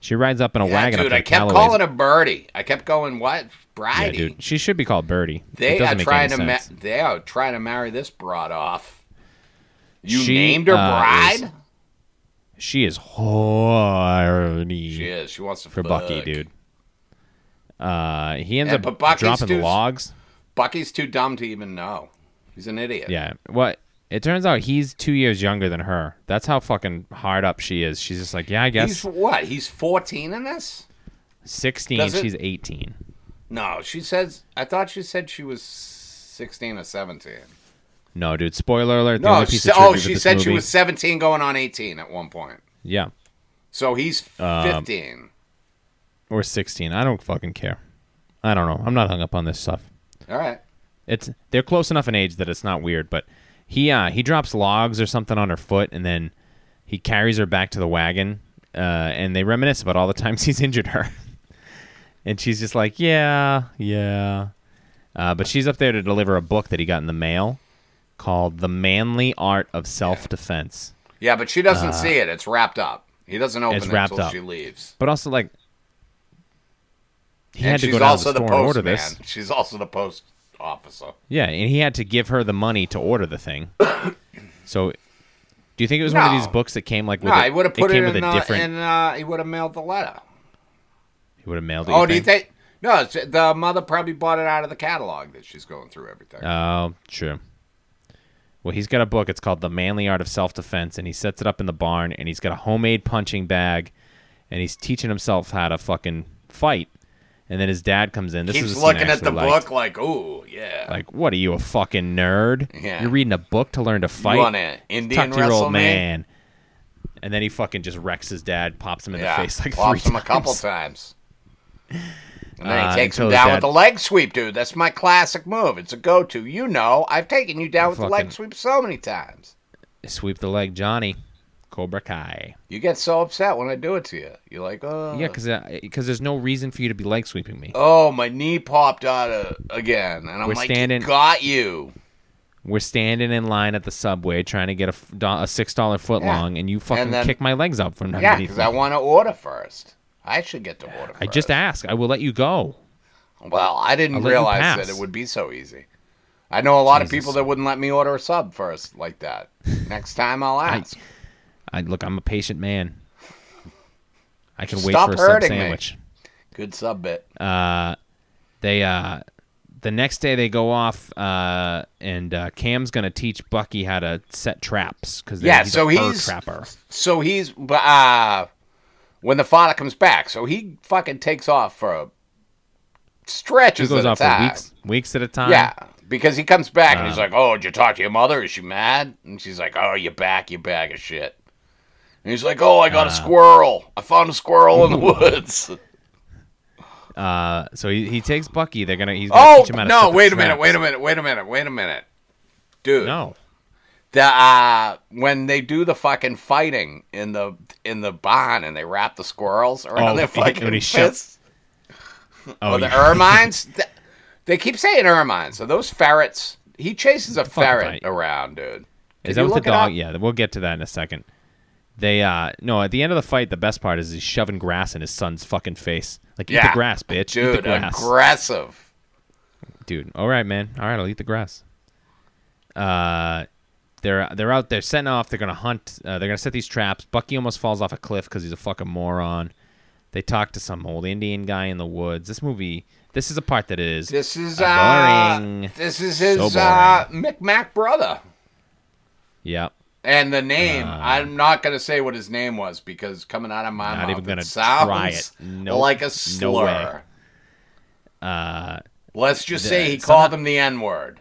she rides up in a Yeah, wagon. up dude, to I the kept Callaways. calling her Birdie. I kept going, what? Yeah, Bridie? dude, she should be called Birdie. it They doesn't are make trying any to ma- sense. they are trying to marry this broad off. You She, named her uh, is- bride? She is horny She is. She wants to for Bucky, dude. Uh, he ends Yeah, up but Bucky's dropping too- logs. Bucky's too dumb to even know. He's an idiot. Yeah. What? It turns out he's two years younger than her. That's how fucking hard up she is. She's just like, yeah, I guess He's what? He's 14 in this? sixteen. doesn't- She's eighteen. No, she says. I thought she said she was 16 or 17. No, dude. Spoiler alert. the No, only she, piece sa- of trivia oh, with she this said she movie- was 17 going on 18 at one point. Yeah. So he's Um, 15. or 16. I don't fucking care. I don't know. I'm not hung up on this stuff. All right. It's they're close enough in age that it's not weird, but he uh he drops logs or something on her foot and then he carries her back to the wagon uh and they reminisce about all the times he's injured her. and she's just like, "Yeah, yeah." Uh, but she's up there to deliver a book that he got in the mail called The Manly Art of Self-Defense. Yeah, but she doesn't see it. It's wrapped up. He doesn't open Uh, it's it wrapped until up. she leaves. But also like he and had to she's go down also to the store and postman. order this. She's also the post officer. Yeah, and he had to give her the money to order the thing. so, do you think it was one of these No. books that came like with No, a- he would have put it, came with in, a uh, different? in uh, he would have mailed the letter. he would have mailed it. oh, do you think? No, it's, the mother probably bought it out of the catalog that she's going through everything. Oh, true. Well, he's got a book. It's called The Manly Art of Self Defense, and he sets it up in the barn, and he's got a homemade punching bag, and he's teaching himself how to fucking fight. And then his dad comes in. This Keeps is a looking scene I at the actually liked. book like, ooh, yeah. Like, what are you, a fucking nerd? Yeah. You're reading a book to learn to fight. you want an Indian talk to your wrestle old me? man. And then he fucking just wrecks his dad, pops him in Yeah, the face like pops three him a times. couple times. And then Uh, he takes him until his down dad- with the leg sweep, dude. That's my classic move. It's a go-to. You know, I've taken you down with the Fucking- leg sweep so many times. Sweep the leg, Johnny. Cobra Kai. You get so upset when I do it to you. You're like, oh, Yeah, because there's no reason for you to be leg sweeping me. oh, my knee popped out uh, again, and I'm We're like, standing- "It got you. We're standing in line at the subway trying to get a, f- do- a six dollar foot Yeah. long, and you fucking And then- kick my legs out from Yeah, underneath. because me. I want to order first. I should get to order. First. I just ask. I will let you go. Well, I I'll didn't let you realize that pass. it would be so easy. I know a lot of Jesus. people that wouldn't let me order a sub first like that. Next time I'll ask. I look. I'm a patient man. I can wait Stop for a sub hurting me. sandwich. Good sub bit. they uh the next day they go off uh and uh, Cam's gonna teach Bucky how to set traps because Yeah, he's so a fur he's- trapper. so he's but, uh when the father comes back, so he fucking takes off for a He stretches goes at off a time. for weeks Uh. weeks at a time. Yeah, because he comes back and he's like, "Oh, did you talk to your mother? Is she mad?" And she's like, "Oh, you back, you bag of shit." And he's like, "Oh, I got a squirrel. I found a squirrel in the woods." Uh, so he, he takes Bucky. They're gonna he's gonna Oh teach him how to no! set the Wait a minute! traps. Wait a minute! Wait a minute! Wait a minute, dude. No. The uh, when they do the fucking fighting in the in the barn and they wrap the squirrels around Oh, their when he- fucking when he shoots- fists. Oh, Or the yeah. ermines. Th- they keep saying ermines. Are those ferrets? He chases a ferret fight. around, dude. is Could you that what the look it dog? up? Yeah, we'll get to that in a second. They uh no at the end of the fight the best part is he's shoving grass in his son's fucking face like eat Yeah. the grass bitch eat the Dude, grass aggressive. dude all right man all right I'll eat the grass. Uh, They're they're out there setting off. They're gonna hunt. Uh, they're gonna set these traps. Bucky almost falls off a cliff because he's a fucking moron. They talk to some old Indian guy in the woods. This movie. This is a part that is. This is uh, boring. this is his So uh, Micmac brother. yeah. And the name, I'm not going to say what his name was because coming out of my Uh, Not mouth, even gonna it sounds try it. Nope. like a No slur. way. Uh, Let's just the- say he some called of- him the N word.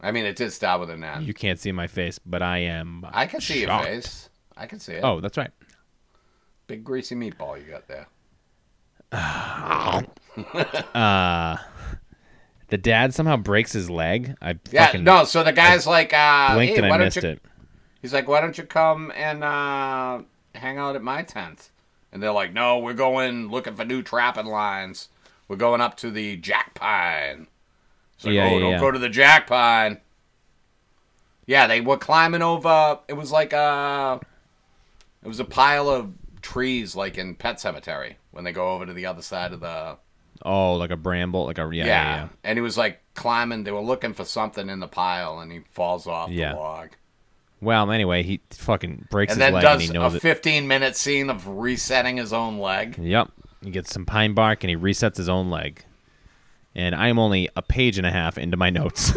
I mean, it did start with an N. You can't see my face, but I am. I can see shocked. your face. I can see it. Oh, that's right. Big greasy meatball you got there. The dad somehow breaks his leg. I Yeah, fucking no, so the guy's like, uh, blinked hey, and why I don't missed you, it. He's like, why don't you come and uh, hang out at my tent? And they're like, no, we're going looking for new trapping lines. We're going up to the Jack Pine. It's like, Yeah, oh, yeah, don't yeah. go to the Jack Pine. Yeah, they were climbing over. It was like a, it was a pile of trees, like in Pet Cemetery, when they go over to the other side of the Oh, like a bramble, like a yeah, yeah. yeah. yeah. And he was like climbing. They were looking for something in the pile, and he falls off Yeah. the log. Well, anyway, he fucking breaks and his then leg and does he a knows it. 15 minute scene of resetting his own leg. Yep. He gets some pine bark and he resets his own leg. And I am only a page and a half into my notes.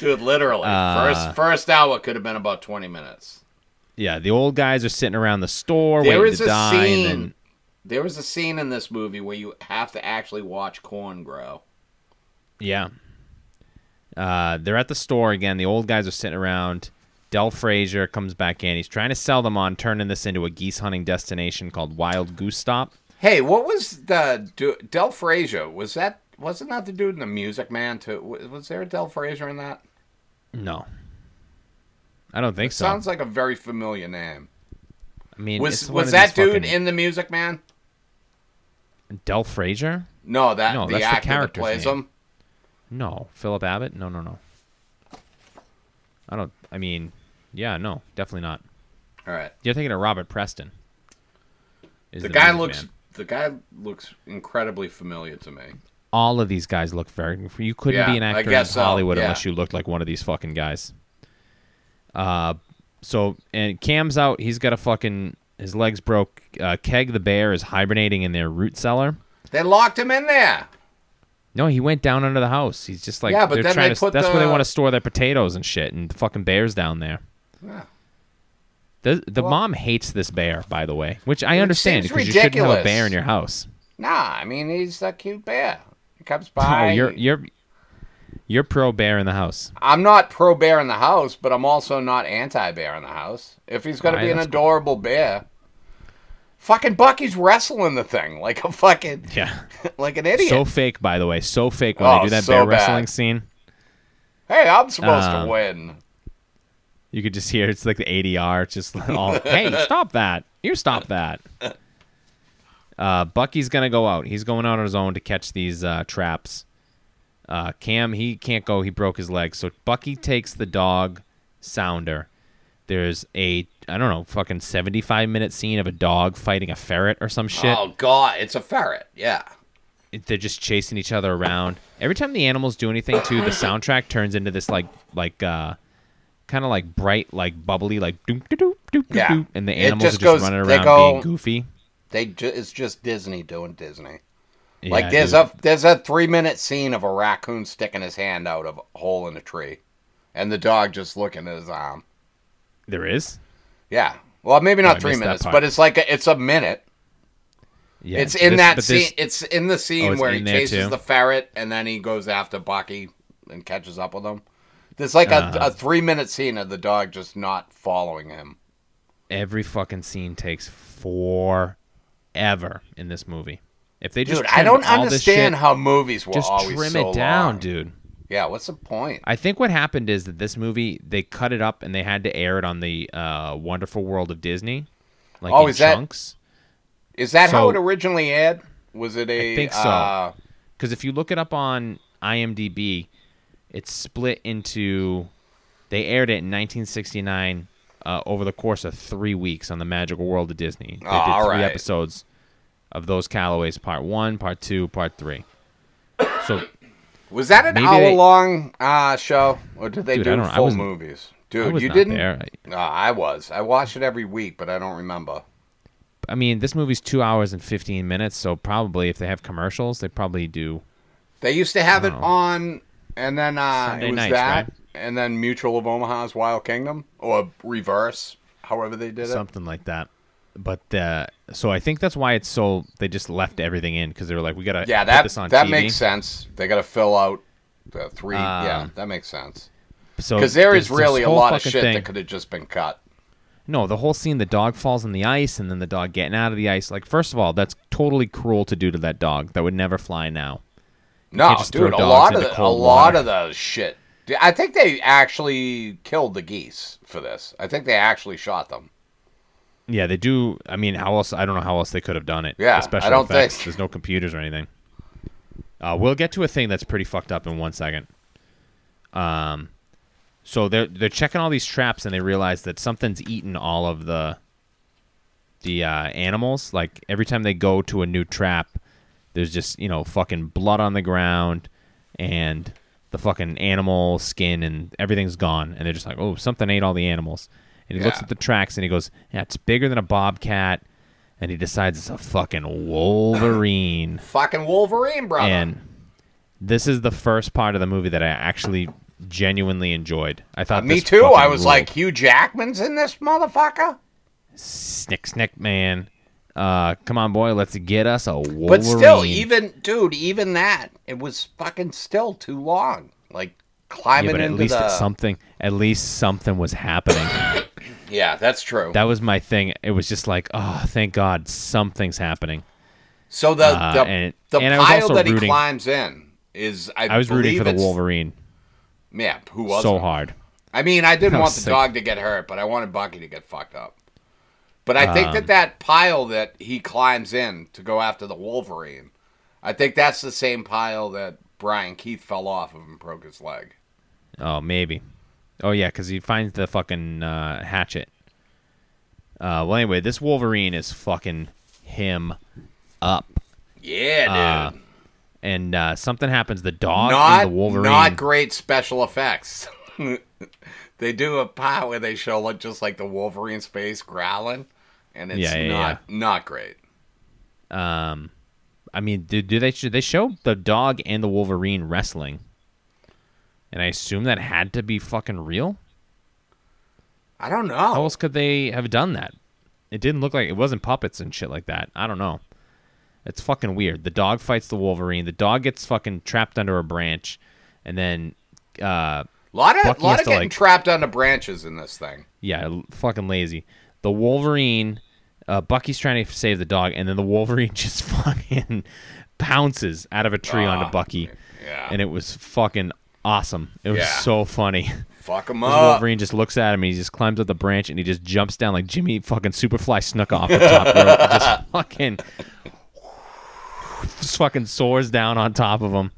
Dude, literally. Uh, first first hour could have been about 20 minutes. yeah, the old guys are sitting around the store There waiting is to a die. scene. And then, There was a scene in this movie where you have to actually watch corn grow. yeah. Uh, they're at the store again. The old guys are sitting around. Del Frazier comes back in. He's trying to sell them on turning this into a geese hunting destination called Wild Goose Stop. Hey, what was the du- Del Frazier? Was that wasn't that the dude in the Music Man too? W- Was there a Del Frazier in that? No. I don't think so. Sounds like a very familiar name. I mean, Was it's one was of that these dude fucking- in the Music Man? Del Frazier? No, that No, the that's the actor that character's plays name. him. No, Philip Abbott? No, no, no. I don't. I mean, yeah, no, definitely not. All right. You're thinking of Robert Preston. Is The guy main looks man. the guy looks incredibly familiar to me. All of these guys look very. You couldn't Yeah, be an I actor in guess so, Hollywood yeah. unless you looked like one of these fucking guys. Uh, so and Cam's out. He's got a fucking. His legs broke. Uh, Keg the bear is hibernating in their root cellar. They locked him in there. No, he went down under the house. He's just like Yeah, but they're then trying they to. put that's where the- they want to store their potatoes and shit, and the fucking bears down there. Yeah. The the mom hates this bear, by the way, which I understand seems because you shouldn't have a ridiculous. bear in your house. Nah, I mean he's a cute bear. He comes Oh, by. you're you're you're pro bear in the house. I'm not pro bear in the house, but I'm also not anti bear in the house. If he's gonna Alright, be an that's cool. adorable bear, fucking Bucky's wrestling the thing like a fucking Yeah, like an idiot. so fake, by the way, so fake when Oh, they do that so bear bad. wrestling scene. hey, I'm supposed Um, to win. You could just hear it's like the ADR, it's just all hey, stop that! You stop that! Uh, Bucky's gonna go out. He's going out on his own to catch these uh, traps. Uh, Cam, he can't go. He broke his leg. So Bucky takes the dog sounder. There's a I don't know fucking 75 minute scene of a dog fighting a ferret or some shit. Oh god, it's a ferret. Yeah. It- They're just chasing each other around. Every time the animals do anything too, the soundtrack turns into this like like uh kind of like bright like bubbly like doop doop doop doop doop, Yeah. doop and the It animals just are just goes- running they around go- being goofy. They ju- it's just Disney doing Disney. Yeah, Like there's dude. a there's a three minute scene of a raccoon sticking his hand out of a hole in a tree, and the dog just looking at his arm. there is Yeah, well maybe Oh, I not three missed that minutes, part. but it's like a, it's a minute. yeah it's in this- that but this- scene. It's in the Oh, scene it's where in he there, chases too? the ferret, and then he goes after Bucky and catches up with him. There's like Uh-huh. a, a three minute scene of the dog just not following him. every fucking scene takes forever in this movie. If they just Dude, I don't trimmed all this shit- understand how movies were just always trim so it down, long. dude. Yeah, what's the point? I think what happened is that this movie they cut it up and they had to air it on the uh, Wonderful World of Disney, like Oh, in is that- chunks. Is that how So- it originally aired? Was it a? think so. Uh, Because if you look it up on IMDb, it's split into. They aired it in 1969 uh, over the course of three weeks on the Magical World of Disney. They Oh, did all three right. episodes of those Callaways, part one, part two, part three. So Was that an Maybe hour they- long uh, show, or did they Dude, I do don't- I full wasn't- movies? I Dude, was you not didn't. there. I- No, I was. I watched it every week, but I don't remember. I mean, this movie's two hours and fifteen minutes, so probably if they have commercials, they probably do. They used to have it Oh. on, and then uh, Sunday it was nights, that, right? and then Mutual of Omaha's Wild Kingdom, or reverse, however they did it. something like that. But uh, so I think that's why it's so they just left everything in because they were like, we gotta Yeah, put that this on that TV. makes sense. They got to fill out the three. yeah, Um, that makes sense. So Because there there's is this really a whole lot of fucking shit thing. that could have just been cut. No, the whole scene the dog falls on the ice and then the dog getting out of the ice. Like, first of all, that's totally cruel to do to that dog. That would never fly now. No, can't just dude, a throw dogs lot of into the, a cold lot water. of the shit. I think they actually killed the geese for this. I think they actually shot them. Yeah, they do. I mean, how else? I don't know how else they could have done it. Yeah, The special I don't effects, think- there's no computers or anything. Uh, we'll get to a thing that's pretty fucked up in one second. Um, so they're they're checking all these traps and they realize that something's eaten all of the the uh, animals. Like every time they go to a new trap, there's just you know fucking blood on the ground and the fucking animal skin and everything's gone. And they're just like, oh, something ate all the animals. And he looks Yeah. at the tracks and he goes, yeah, it's bigger than a bobcat. And he decides it's a fucking Wolverine. Fucking Wolverine, brother. and this is the first part of the movie that I actually genuinely enjoyed. I thought Uh, Me this too. fucking I was ruled. like, Hugh Jackman's in this motherfucker. snick snick man. Uh, come on, boy, let's get us a Wolverine. But still, even dude, even that, it was fucking still too long. Like climbing yeah, but at into least the it's something. At least something was happening. yeah, that's true. that was my thing. It was just like, oh, thank God, something's happening. so the uh, the, and- the and I was pile also that he rooting- climbs in is I, I was rooting believe for the it's- Wolverine Yeah, who was so it? hard. I mean, I didn't I want was the sick. dog to get hurt, but I wanted Bucky to get fucked up. But I think Um, that that pile that he climbs in to go after the Wolverine, I think that's the same pile that Brian Keith fell off of and broke his leg. Oh, maybe. Oh yeah, because he finds the fucking uh, hatchet. Uh, well, anyway, this Wolverine is fucking him up, Yeah, dude. and uh, something happens. The dog not and Uh, the Wolverine. not great special effects. they do a part where they show like just like the Wolverine's face growling, and it's Yeah, yeah, not not great. I mean, do, do they should they show the dog and the Wolverine wrestling? And I assume that had to be fucking real. I don't know. How else could they have done that? It didn't look like it wasn't puppets and shit like that. I don't know. It's fucking weird. The dog fights the Wolverine. The dog gets fucking trapped under a branch, and then, uh, lot of Bucky lot has of to, getting like- trapped under branches in this thing. yeah, l- fucking lazy. The Wolverine, uh, Bucky's trying to save the dog, and then the Wolverine just fucking pounces out of a tree Ah, onto Bucky, yeah. and it was fucking awesome. It was Yeah. Uh, so funny. Fuck him This up. Wolverine just looks at him and he just climbs up the branch and he just jumps down like Jimmy fucking Superfly snuck off the top rope. and Just fucking, just fucking soars down on top of him.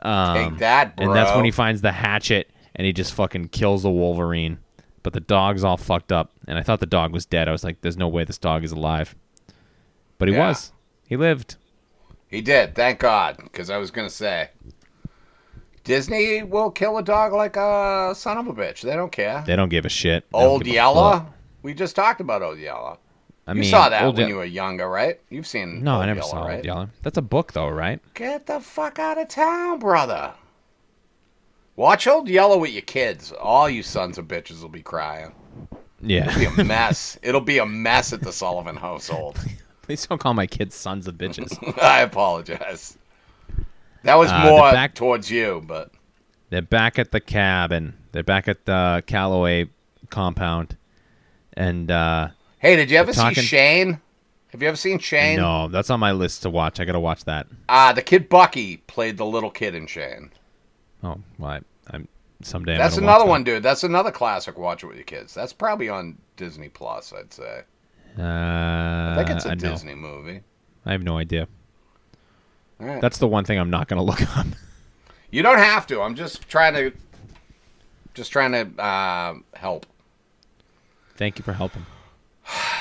Take that, bro. Um, And that's when he finds the hatchet and he just fucking kills the Wolverine. But the dog's all fucked up. And I thought the dog was dead. I was like, there's no way this dog is alive. But he Yeah. was. He lived. He did, thank God, because I was gonna say Disney will kill a dog like a son of a bitch. They don't care. They don't give a shit. They don't Old give a fuck. Yella. We just talked about Old Yella. I You mean, saw that Old when Ye- you were younger, right? You've seen No, Old I never Yeller, saw right? Old Yeller. That's a book, though, right? Get the fuck out of town, brother. Watch Old Yellow with your kids. All you sons of bitches will be crying. Yeah. It'll be a mess. It'll be a mess at the Sullivan household. Please don't call my kids sons of bitches. I apologize. That was Uh, the more back- towards you, but They're back at the cabin. They're back at the Calloway compound. And uh hey, did you ever see talking- Shane? Have you ever seen Shane? no, that's on my list to watch. I gotta watch that. Ah, the kid Bucky played the little kid in Shane. Oh, well, I, I'm someday. I'm That's gonna watch another that. one, dude. That's another classic. Watch it with your kids. That's probably on Disney Plus, I'd say. Uh, I think it's a know. Disney movie. I have no idea. All right. That's the one thing I'm not gonna look up. You don't have to. I'm just trying to, just trying to uh, help. Thank you for helping.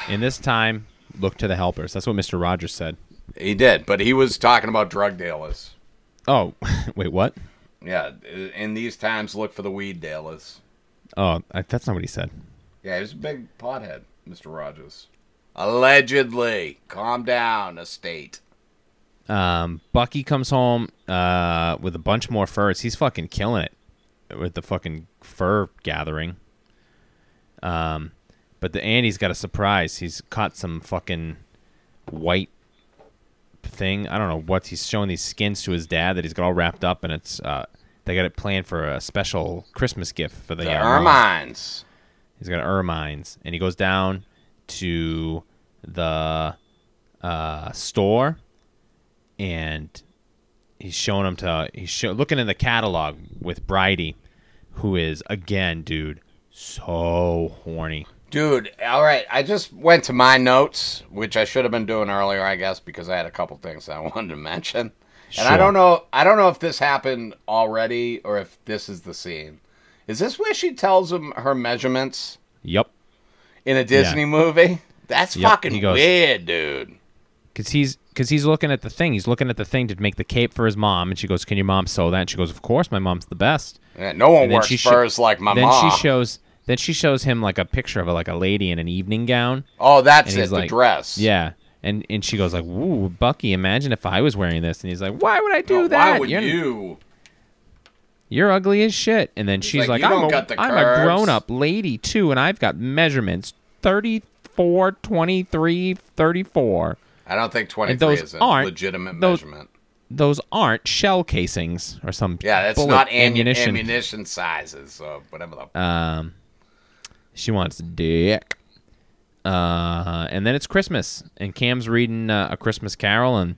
In this time, look to the helpers. That's what Mister Rogers said. He did, but he was talking about drug dealers. Oh, wait, what? Yeah, in these times, look for the weed dealers. Oh, I, that's not what he said. Yeah, he was a big pothead, Mr. Rogers. Allegedly. Calm down, estate. Um, Bucky comes home uh, with a bunch more furs. He's fucking killing it with the fucking fur gathering. Um, but the Andy's got a surprise. He's caught some fucking white thing. I don't know what he's showing these skins to his dad that he's got all wrapped up, and it's uh, they got it planned for a special Christmas gift for the, The uh, mom. Ermines. He's got ermines, and he goes down to the uh, store, and he's showing him to he's show, looking in the catalog with Bridie, who is again, dude, so horny. Dude, all right. I just went to my notes, which I should have been doing earlier, I guess, because I had a couple things that I wanted to mention. And I Sure. don't know. I don't know if this happened already or if this is the scene. Is this where she tells him her measurements Yep, in a Disney movie? That's Yep, fucking he goes- weird, dude. because he's because he's looking at the thing. He's looking at the thing to make the cape for his mom, and she goes, "Can your mom sew that?" And she goes, "Of course, my mom's the best." Yeah, no one And then works she sho- furs like my then mom. she shows then she shows him like a picture of like a lady in an evening gown. oh, that's and it. he's the like, dress. Yeah. And and she goes like, "Ooh, Bucky, imagine if I was wearing this." And he's like, "Why would I do Oh, that? Why would you're, you? are ugly as shit." And then she's like, like, "You "I'm don't a, got the I'm curves." a grown-up lady too, and I've got measurements 34, 23, 34. I don't think 23 those is a aren't- legitimate those- measurement. Those aren't shell casings or some Yeah, that's bullet not am- ammunition. ammunition. sizes or whatever the. Um, she wants dick. Uh, and then it's Christmas, and Cam's reading uh, a Christmas Carol, and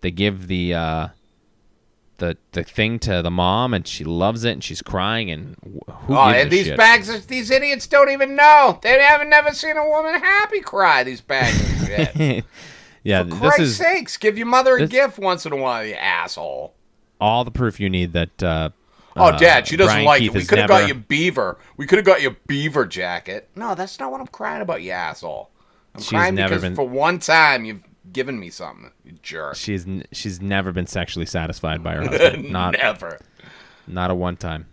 they give the uh, the the thing to the mom, and she loves it, and she's crying, and wh- who oh, gives and a these shit? bags, these idiots don't even know. They haven't never seen a woman happy cry. These bags. of shit. yeah, For this Christ's is sakes, give your mother a this- gift once in a while, you asshole. all the proof you need that. Uh, Oh, uh, Dad, she doesn't Brian like Keith it. We has could have got never- you beaver. We could have got you beaver jacket. No, that's not what I'm crying about, you asshole. I'm She's crying never because been- for one time you've given me something, you jerk. She's n- she's never been sexually satisfied by her husband. Not Never. Not a one time.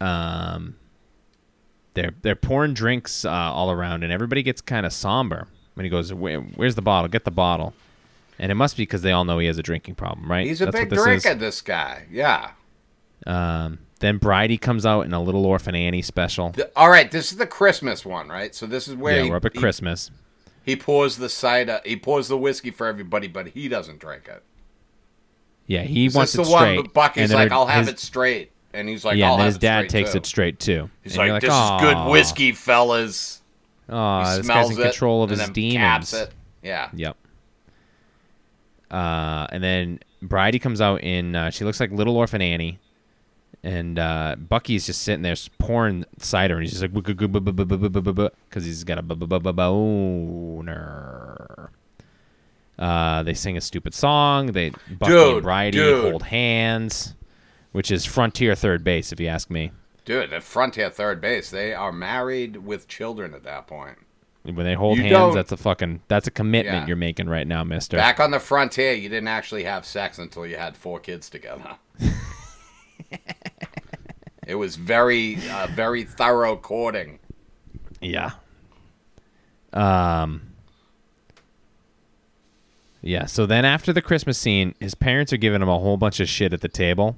Um, they're they're pouring drinks uh, all around, and everybody gets kind of somber when he goes, Where, "Where's the bottle? Get the bottle." And it must be because they all know he has a drinking problem, right? He's a That's what big this is. drinker, this guy. Yeah. Um, then Bridie comes out in a Little Orphan Annie special. The- all right, this is the Christmas one, right? So this is where yeah, he, we're up at he- Christmas. He, pours the cider, he pours the whiskey for everybody, but he doesn't drink it. Yeah, he Is wants this it the one? straight. But Bucky's and then like, her- "I'll have his- it straight," and he's like, Yeah, "I'll and then have his it dad straight, takes too." it straight too. He's And like, you're "This is "Aw, good whiskey, fellas." aw, He this smells guy's in it control of and his then demons. caps it. Yeah. Yep. Uh, and then Bridie comes out in uh, she looks like Little Orphan Annie, and uh, Bucky's just sitting there s- pouring cider, and he's just like because he's got a bu- bu- bu- bu- boner. Uh, they sing a stupid song. They Bucky Dude, and Bridie dude. hold hands, which is frontier third base, if you ask me. Dude, at Frontier Third Base, they are married with children at that point. When they hold You don't- hands, that's a fucking that's a commitment Yeah. you're making right now, Mister. Back on the frontier, you didn't actually have sex until you had four kids together. it was very, uh, very thorough courting. Yeah. Um. Yeah. So then after the Christmas scene, his parents are giving him a whole bunch of shit at the table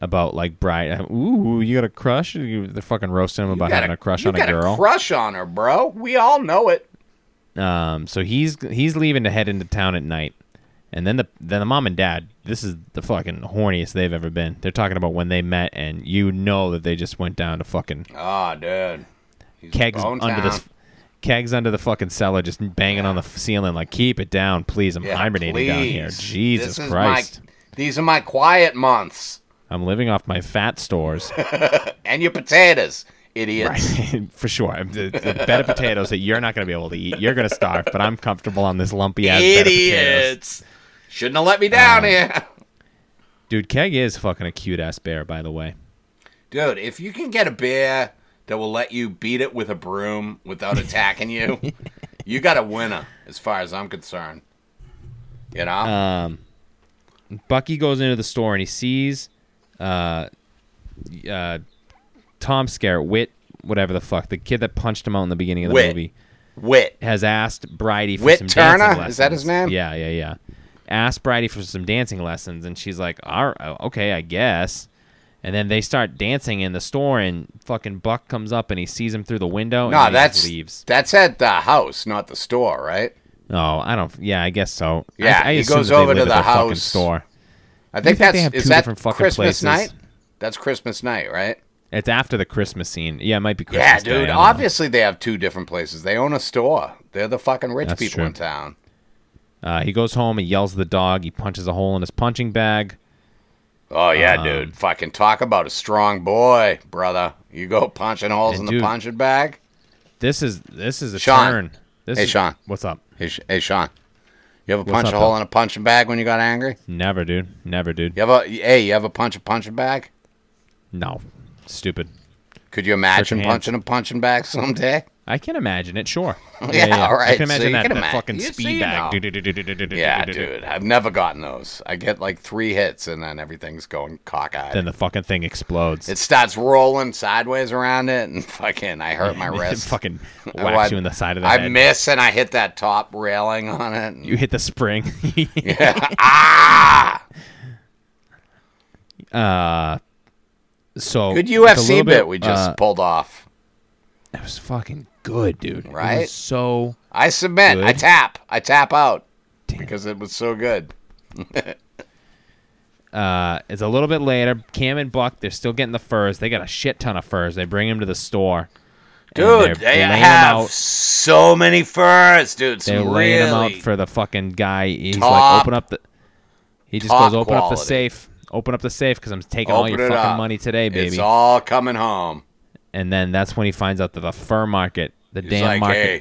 about like bride. Ooh, you got a crush? You- They're fucking roasting him about Got having a crush you on a got girl. crush on her, bro. We all know it. um. So he's he's leaving to head into town at night. And then the then the mom and dad, this is the fucking horniest they've ever been. They're talking about when they met, and you know that they just went down to fucking Ah, dude. He's kegs bone under this town. kegs under the fucking cellar just banging on the f- ceiling like keep it down please i'm Yeah, hibernating down here please. jesus This is christ My, these are my quiet months. i'm living off my fat stores And your potatoes, idiots. for sure I'm- the, the bed of potatoes that you're not going to be able to eat you're going to starve but i'm comfortable on this lumpy ass bed of potatoes Ah. Idiots. Shouldn't have let me down here. dude keg is fucking a cute ass bear by the way Dude, if you can get a bear that will let you beat it with a broom without attacking you, Uh, you got a winner, as far as I'm concerned. You know? um Bucky goes into the store and he sees uh, uh, Tom Skerritt, Wit, whatever the fuck, the kid that punched him out in the beginning of the Whit. movie, Wit. has asked Bridie for Whit some dancing Turner? lessons. Is that his name? Yeah, yeah, yeah. Asked Bridie for some dancing lessons, and she's like, "All right, oh, okay, I guess." And then they start dancing in the store, and fucking Buck comes up and he sees him through the window, and No, then he just that's leaves. that's at the house, not the store, right? Oh, I don't. Yeah, I guess so. I- Yeah, I, he assume goes that they over to live the at their fucking house. store. I think, think that's they have is two that different fucking Christmas places? night. That's Christmas night, right? It's after the Christmas scene. Yeah, it might be Christmas. Yeah, Day, I dude. don't know. Obviously, they have two different places. They own a store. They're the fucking rich That's people true. in town. Uh, he goes home. He yells at the dog. He punches a hole in his punching bag. Oh yeah, Um, dude. Fucking talk about a strong boy, brother. You go punching holes And in the dude- punching bag. This is this is a Sean. turn. This Hey, is, Sean. What's up? Hey, Sh- hey Sean. You ever punch up, a hole pal? in a punching bag when you got angry? Never, dude. Never, dude. You ever? Hey, you ever punch a punching bag? No, stupid. Could you imagine Shake hands. punching a punching bag someday? I can imagine it. Sure. Yeah, all I right, can so imagine you that, can that imagine- fucking you see speed bag. now. Do-do-do-do-do-do-do-do-do-do. Yeah, dude. I've never gotten those. I get like three hits and then everything's going cockeyed. Then the fucking thing explodes. it starts rolling sideways around it, and fucking, I hurt my it wrist. fucking Oh, I- whacks you in the side of the I head. miss and I hit that top railing on it. and- you hit the spring. ah! Uh, so Good it's a little UFC bit we just uh, pulled off. It was fucking good, dude. It was Right? so I submit. I good. tap. I tap out Damn. because it was so good. Uh, it's a little bit later. Cam and Buck, they're still getting the furs. They got a shit ton of furs. They bring him to the store. and Dude, they're they laying 'em have out. so many furs, dude. Some They're really laying him out for the fucking guy. He's like, Top- open up the. He just top goes, open up the quality. safe. Open up the safe because I'm taking all open your it fucking up. money today, It's baby. all coming home. and then that's when he finds out that the fur market, the He's damn like, market, hey,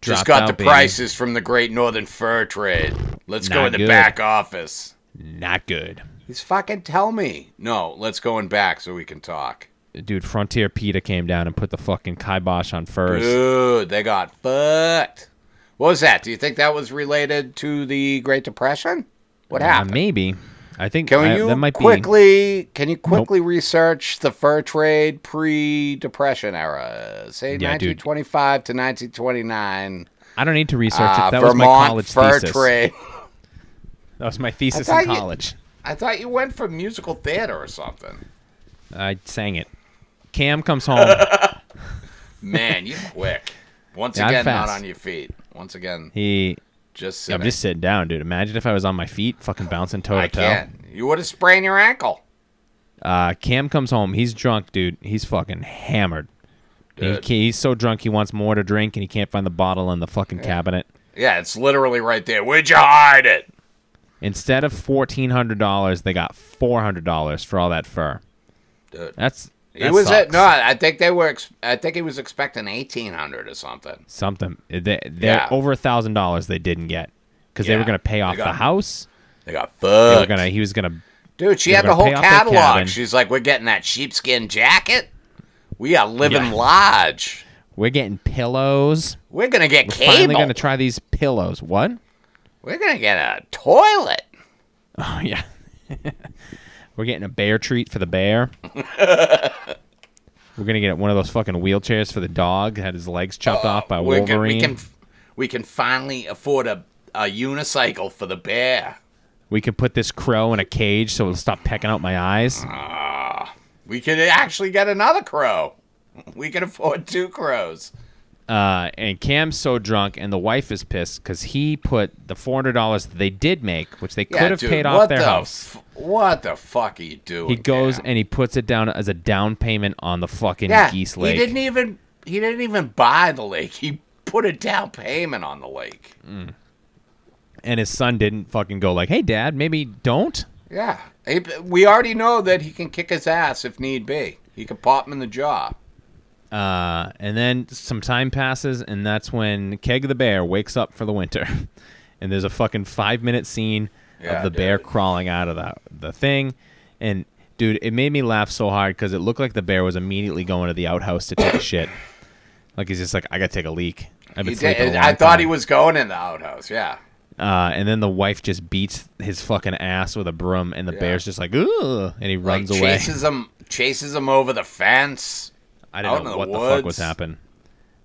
dropped just got out, the baby. prices from the Great Northern Fur Trade. Let's go Not in the good. back office. Not good, He's fucking tell me. No, let's go in back so we can talk. dude. Frontier Peter came down and put the fucking kibosh on furs. Dude, they got fucked. What was that? Do you think that was related to the Great Depression? What Uh, happened? maybe. I think Can I- you that might be. quickly can you quickly research the fur trade pre-depression era, say Yeah, dude. 1925 to 1929? I don't need to research uh, it. That was my Vermont college fur thesis. trade. That was my thesis I in thought you- college. I thought you went for musical theater or something. I sang it. Cam comes home. Man, you quick. Once Yeah, I'm again, not fast. on your feet. Once again, he. just I'm sitting. just sitting down, dude. Imagine if I was on my feet, fucking bouncing toe I to toe. can't. You would have sprained your ankle. Uh, Cam comes home. He's drunk, dude. He's fucking hammered. He Dude. ca- he's so drunk he wants more to drink, and he can't find the bottle in the fucking cabinet. Yeah, it's literally right there. Where'd you hide it? Instead of fourteen hundred dollars, they got four hundred dollars for all that fur. Dude. That's it that was sucks. at, no. I think they were. Ex- I think he was expecting eighteen hundred or something. something. They, they're Yeah. over a thousand dollars they didn't get because they were Yeah. gonna pay off got- the house. They got They were fucked. gonna. He was gonna. Dude, she they had were the whole gonna pay off their cabin. catalog. She's like, we're getting that sheepskin jacket. We are living Yeah. large. We're getting pillows. We're gonna get Finally cable. gonna try these pillows. What? we're gonna get a toilet. Oh yeah. We're getting a bear treat for the bear. We're gonna get one of those fucking wheelchairs for the dog that had his legs chopped off by We're gonna- Wolverine. Uh, we can, we can finally afford a, a unicycle for the bear. we can put this crow in a cage so it'll stop pecking out my eyes. Uh. We could actually get another crow. We can afford two crows. Uh, and Cam's so drunk, and the wife is pissed because he put the four hundred dollars that they did make, which they could have dude, paid what off their the house. f- what the fuck are you doing? He goes man? and he puts it down as a down payment on the fucking yeah, geese he lake. didn't even he didn't even buy the lake. He put a down payment on the lake. and his son didn't fucking go like, "Hey, Dad, maybe don't." Yeah, He- we already know that he can kick his ass if need be. He can pop him in the jaw. Uh, and then some time passes, and that's when Keg the bear wakes up for the winter. and there's a fucking five minute scene Yeah, of the bear dude. crawling out of the, the thing. And dude, it made me laugh so hard because it looked like the bear was immediately going to the outhouse to take a shit. Like he's just like, I gotta take a leak. I've been He sleeping. did, a I long thought time." he was going in the outhouse. Yeah, Uh, and then the wife just beats his fucking ass with a broom, and the bear's just like, ooh, and he runs like, away. Chases him, chases him over the fence. I out don't in the know what the fuck was woods. happening.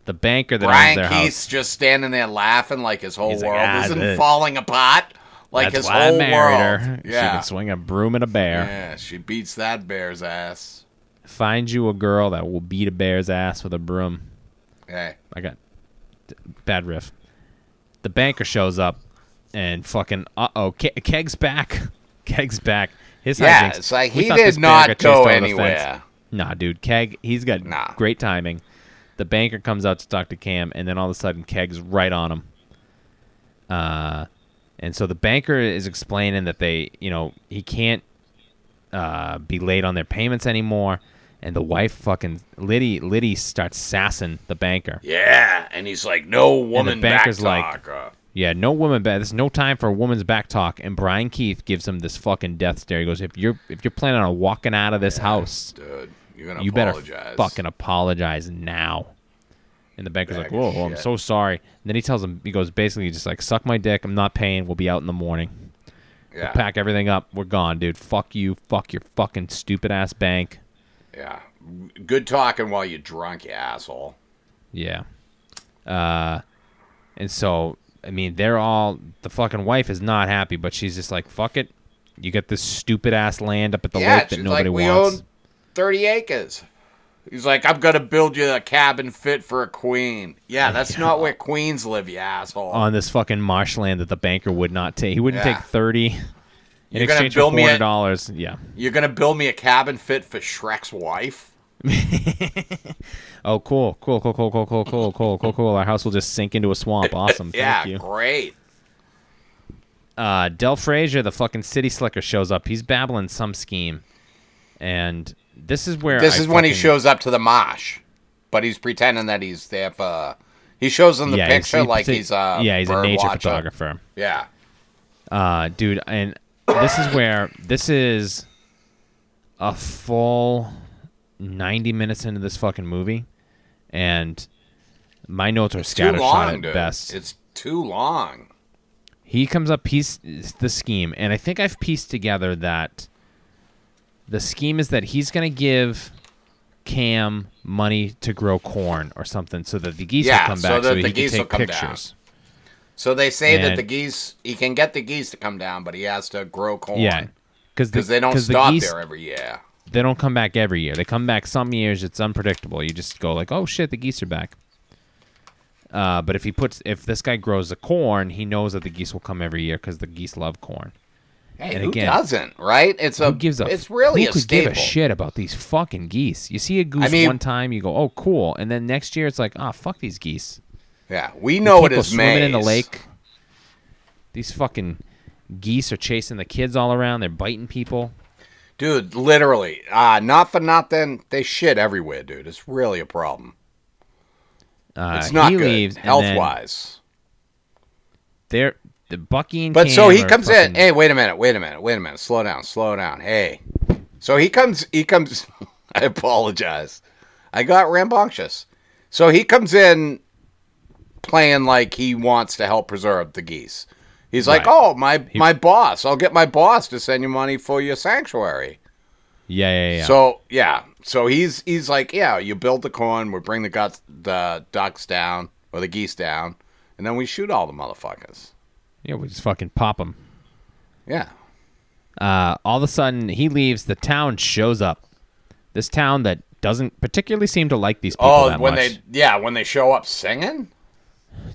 The banker that owns Brian their Keith's just standing there laughing like his whole He's like, world "Ah, isn't this- falling apart. house, Like that's his why whole I married world. her. She Yeah. can swing a broom and a bear. yeah, she beats that bear's ass. Find you a girl that will beat a bear's ass with a broom. Hey, I got d- bad riff. The banker shows up and fucking uh oh, Ke- Keg's back. Keg's back. His Yeah, hijinks- it's like we he thought did this bear not got chased go over the anywhere. fence. Nah, dude, Keg, he's got Nah. great timing. The banker comes out to talk to Cam, and then all of a sudden, Keg's right on him. Uh, and so the banker is explaining that they, you know, he can't uh, be late on their payments anymore. And the wife fucking Liddy Liddy starts sassing the banker. yeah, and he's like, no woman back banker's talk. like- uh, Yeah, no woman back. There's no time for a woman's back talk. And Brian Keith gives him this fucking death stare. He goes, "If you're if you're planning on walking out of this house, dude, you're gonna you apologize. better fucking apologize now." And the banker's Bag like, of "Whoa, whoa, I'm shit." so sorry." And then he tells him, he goes, basically, just like, "Suck my dick. I'm not paying. We'll be out in the morning. yeah, Pack everything up. We're gone, dude. Fuck you. Fuck your fucking stupid ass bank." yeah. Good talking while you're drunk, you asshole. Yeah. Uh, and so I mean, they're all the fucking wife is not happy, but she's just like, "Fuck it." You got this stupid ass land up at the yeah, lake that she's nobody like, we wants. own 30 acres. He's like, I'm going to build you a cabin fit for a queen. Yeah, that's not where queens live, you asshole. On this fucking marshland that the banker would not take. He wouldn't Yeah. take thirty in You're gonna exchange for build four me a- hundred dollars. Yeah. You're going to build me a cabin fit for Shrek's wife? Oh, cool, cool, cool, cool, cool, cool, cool, cool, cool, cool. Our house will just sink into a swamp. Awesome. yeah, Thank you. great. uh, Del Frazier, the fucking city slicker, shows up. He's babbling some scheme, and this is where This I is when he fucking- shows up to the mosh, but he's pretending that he's there for. He shows them the he's- picture he- like he's a yeah he's a bird nature watcher. photographer Yeah, uh dude and this is where this is a full 90 minutes into this fucking movie and my notes are too scattershot long, at dude. best It's too long. he comes up piece the scheme and i think i've pieced together that the scheme is that he's going to give cam money to grow corn or something so that the geese Yeah, will come so back so, that he the can geese will take come down. pictures So they say that And- the geese, he can get the geese to come down, but he has to grow corn. yeah because because they don't the stop geese, there every year. they don't come back every year. They come back some years. It's unpredictable. You just go like, oh shit, the geese are back. Uh, but if he puts, if this guy grows the corn, he knows that the geese will come every year because the geese love corn. Hey, And who again, doesn't? Right? It's a. Who gives a? It's really who a could staple. give a shit about these fucking geese? You see a goose mean- one time, you go, oh cool, and then next year it's like, ah, fuck these geese. Yeah, we know it People is swimming in the maize. lake. These fucking geese are chasing the kids all around. They're biting people. dude. Literally, uh, not for nothing. They shit everywhere, dude. It's really a problem. Uh, It's not he good leaves and health then wise. They're the Bucky and But so Cam he are comes in. fucking- Hey, wait a minute. Wait a minute. Wait a minute. Slow down. Slow down. Hey. So he comes. He comes. I apologize. I got rambunctious. So he comes in playing like he wants to help preserve the geese. He's like, Right. "Oh, my my boss. I'll get my boss to send you money for your sanctuary." Yeah, yeah, yeah. So yeah, so he's he's like, yeah, you build the corn, we bring the guts, the ducks down or the geese down, and then we shoot all the motherfuckers. yeah, we just fucking pop him. Yeah, Uh, all of a sudden, he leaves. The town shows up. This town that doesn't particularly seem to like these people Oh, that when much. they yeah, when they show up singing,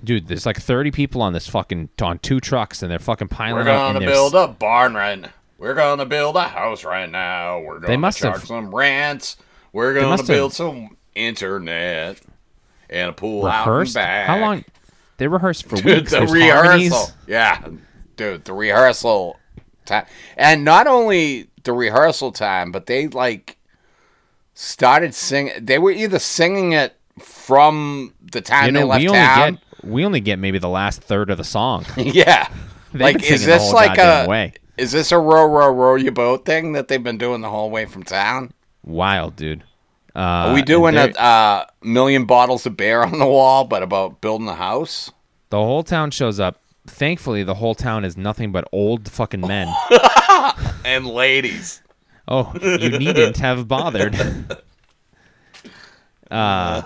Dude, there's like 30 people on this fucking on two trucks, and they're fucking we're piling up. gonna and they're build s- a barn right. now. We're gonna build a house right now. We're gonna must charge have- some rents. We're gonna must have build some internet and a pool rehearsed. out and back. How long? They rehearsed for Dude, weeks. the There's rehearsal. harmonies. Yeah, dude, the rehearsal time, and not only the rehearsal time, but they like started singing. They were either singing it from the time You know, they left we only town. get we only get maybe the last third of the song. Yeah. They've like been is singing the this whole like goddamn a way. is this a row row row your boat thing that they've been doing the whole way from town? Wild, dude. Uh, Are we doing a they're- uh, million bottles of beer on the wall, but about building a house? The whole town shows up. thankfully, the whole town is nothing but old fucking men. and ladies. oh, you needn't have bothered. Uh,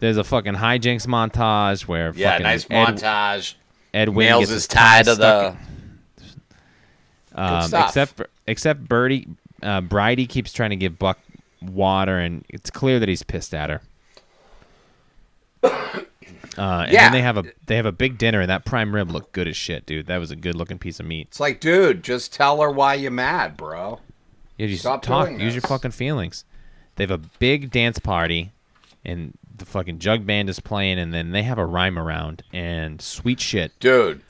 there's a fucking hijinks montage where Yeah, fucking nice Ed, montage. Ed Wynn Nails gets is his tie tied to stuck the. Um, stuff. Except for, except Birdie, uh, Bridie keeps trying to give Buck water, and it's clear that he's pissed at her. Uh, and Yeah. then they have a they have a big dinner, and that prime rib looked good as shit, dude. That was a good looking piece of meat. It's like, dude, just tell her why you're mad, bro. Yeah, just Stop talk. doing Use your this. fucking feelings. They have a big dance party, and the fucking jug band is playing, and then they have a rhyme around, and sweet shit. Dude,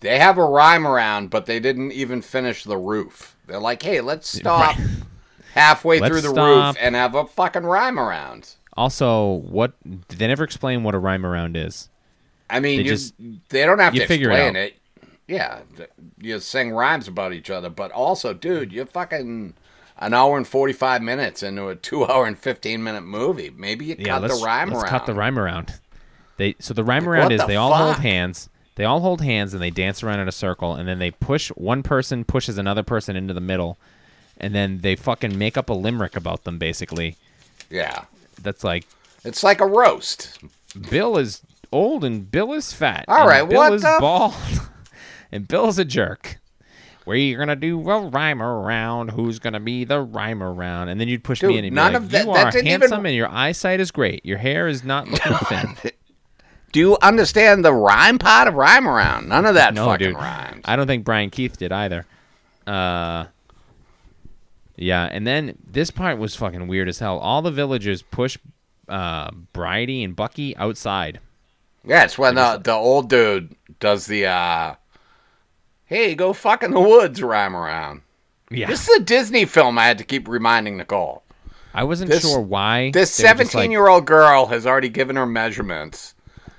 they have a rhyme around, but they didn't even finish the roof. They're like, hey, let's stop halfway Let's through the stop. roof and have a fucking rhyme around. Also, what they never explain what a rhyme around is. I mean, They you, just- they don't have you to figure it explain out. it. Yeah, th- you sing rhymes about each other, but also, dude, you're fucking an hour and forty five minutes into a two hour and fifteen minute movie. Maybe you yeah, cut let's, the rhyme let's around. cut the rhyme around. They so the rhyme around what is the they all hold fuck? hands. They all hold hands and they dance around in a circle and then they push one person pushes another person into the middle and then they fucking make up a limerick about them basically. Yeah, That's like it's like a roast. Bill is old and Bill is fat. All and right, Bill what is the f- bald and Bill's a jerk. Where you gonna do a rhyme around? Who's gonna be the rhyme around? And then you'd push Dude, me in and none be like, of that- "You that are didn't even- handsome and your eyesight is great. Your hair is not looking thin." Do you understand the rhyme part of rhyme around? None of that No, fucking dude. rhymes. I don't think Brian Keith did either. Uh, yeah, and then this part was fucking weird as hell. All the villagers push uh, Bridie and Bucky outside. Yeah, it's when the, the old dude does the uh, "Hey, go fuck in the woods" rhyme around. Yeah, This is a Disney film. I had to keep reminding Nicole. I wasn't this- sure why This they were just 17 like- year old girl has already given her measurements.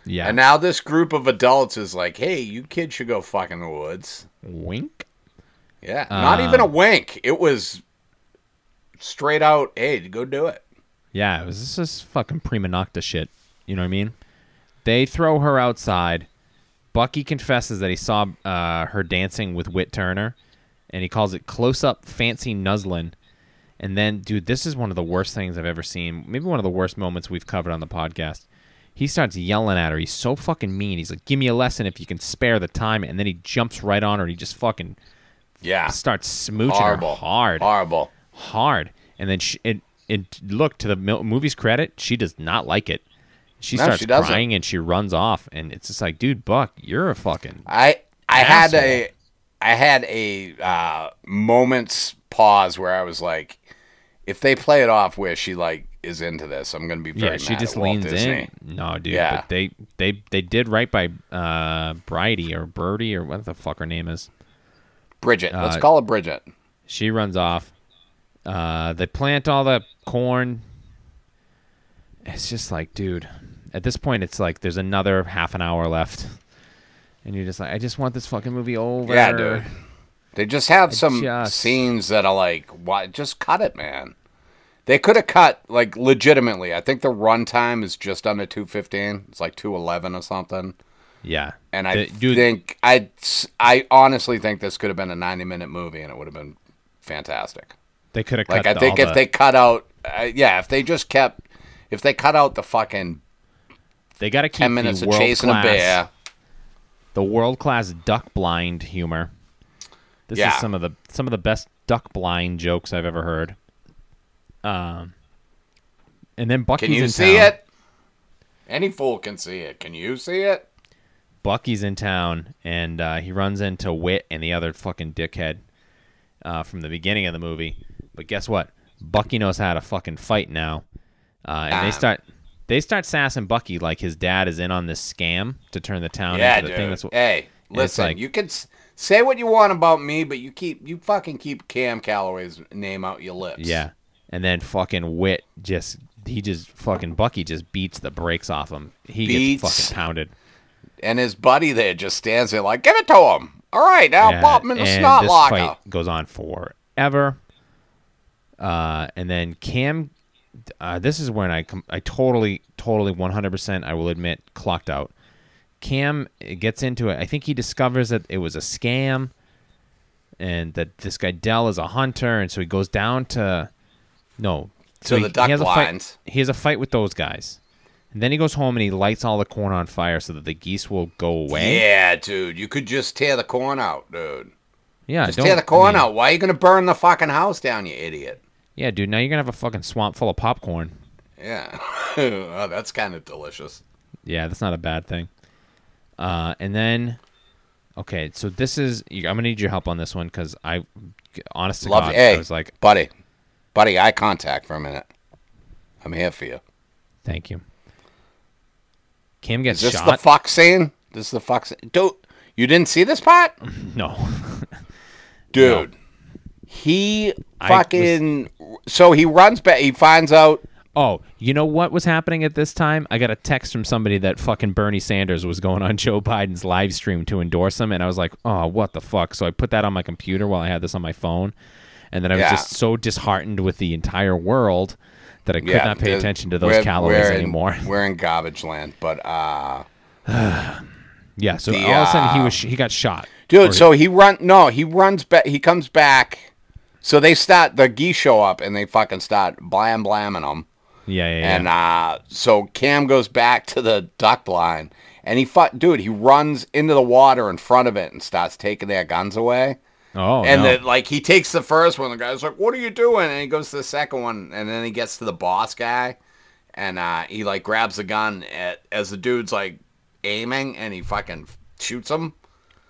yeah And now this group of adults is like, hey, you kids should go fuck in the woods. wink. Yeah. Not Uh. even a wink. It was straight out, hey, go do it. Yeah, it was this is fucking prima nocta shit. You know what I mean? They throw her outside. Bucky confesses that he saw uh, her dancing with Whit Turner, and he calls it close up fancy nuzzling. And then, dude, this is one of the worst things I've ever seen. Maybe one of the worst moments we've covered on the podcast. He starts yelling at her. He's so fucking mean. He's like, "Give me a lesson if you can spare the time." And then he jumps right on her. and He just fucking Yeah. starts smooching her Horrible. hard Horrible. hard. And then she, it, it look to the mil- movie's credit, she does not like it. She No, starts she doesn't. crying and she runs off, and it's just like, dude, Buck, you're a fucking I I had Asshole. a I had a uh, moment's pause where I was like, if they play it off where she like is into this, I'm gonna be very yeah. She mad just at Walt leans Disney. in. No, dude, Yeah. but they they they did right by uh Bridie or Birdie or what the fuck her name is. Bridget, let's Uh, call it Bridget. She runs off. Uh, they plant all the corn. It's just like, dude, at this point, it's like there's another half an hour left, and you're just like, I just want this fucking movie over. Yeah, dude. They just have some just- scenes that are like, why? Just cut it, man. They could have cut like legitimately. I think the runtime is just under two fifteen. It's like two eleven or something. Yeah, And I The- dude, think I I honestly think this could have been a ninety minute movie, and it would have been fantastic. they could have Like cut I the- think all if the- they cut out, uh, yeah, if they just kept, if they cut out the fucking they got to keep ten minutes the of world chasing class, a bear, the world class duck blind humor. This Yeah. is some of the some of the best duck blind jokes I've ever heard. Um, and then Bucky's can you in see town. it? Any fool can see it. Can you see it? Bucky's in town, and uh, he runs into Wit and the other fucking dickhead uh, from the beginning of the movie. But guess what? Bucky knows how to fucking fight now, uh, and they Ah. start they start sassing Bucky like his dad is in on this scam to turn the town Yeah, into the dude. thing. That's what, hey, it's listen, like- you can s- say what you want about me, but you keep you fucking keep Cam Calloway's name out your lips. Yeah. And then fucking Wit just he just fucking Bucky just beats the brakes off him. He gets Beats. fucking pounded. And his buddy there just stands there like, give it to him. All right, now Yeah, pop him in the and snot this locker. fight goes on forever. Uh, and then Cam, uh, this is when I com- I totally totally 100% I will admit clocked out. Cam gets into it. I think he discovers that it was a scam, and that this guy Dell is a hunter, and so he goes down to no. To the duck has a blinds. fight, he has a fight with those guys, and then he goes home and he lights all the corn on fire so that the geese will go away. Yeah, dude, you could just tear the corn out, dude. yeah Just don't- tear the I corn mean, out. Why are you gonna burn the fucking house down, you idiot? Yeah, dude. Now you're gonna have a fucking swamp full of popcorn. Yeah, oh, that's kind of delicious. Yeah, that's not a bad thing. Uh, and then, okay, so this is you- I'm gonna need your help on this one because I, honest to Love, God, hey, I was like, buddy, buddy, eye contact for a minute. I'm here for you. thank you. Cam gets Is this shot. the fuck scene? This is the fuck scene. Dude, you didn't see this part, no, dude. He I was- fucking so he runs back. He finds out. Oh, you know what was happening at this time? I got a text from somebody that fucking Bernie Sanders was going on Joe Biden's live stream to endorse him, and I was like, oh, what the fuck? So I put that on my computer while I had this on my phone, and then I was Yeah. just so disheartened with the entire world that I could yeah, not pay the- attention to those we're- calories we're in- anymore. We're in garbage land, but uh, yeah, so the, all of a sudden he uh, was he got shot. dude. Or- so he run. No, he runs back. He comes back. So they start. The geese show up and they fucking start blam blamming him. yeah, yeah, yeah. And uh, so Cam goes back to the duck line, and he fu- dude, he runs into the water in front of it and starts taking their guns away. oh, and no. then like he takes the first one, the guy's like, "What are you doing?" And he goes to the second one, and then he gets to the boss guy, and uh, he like grabs the gun at, as the dude's like aiming, and he fucking shoots him.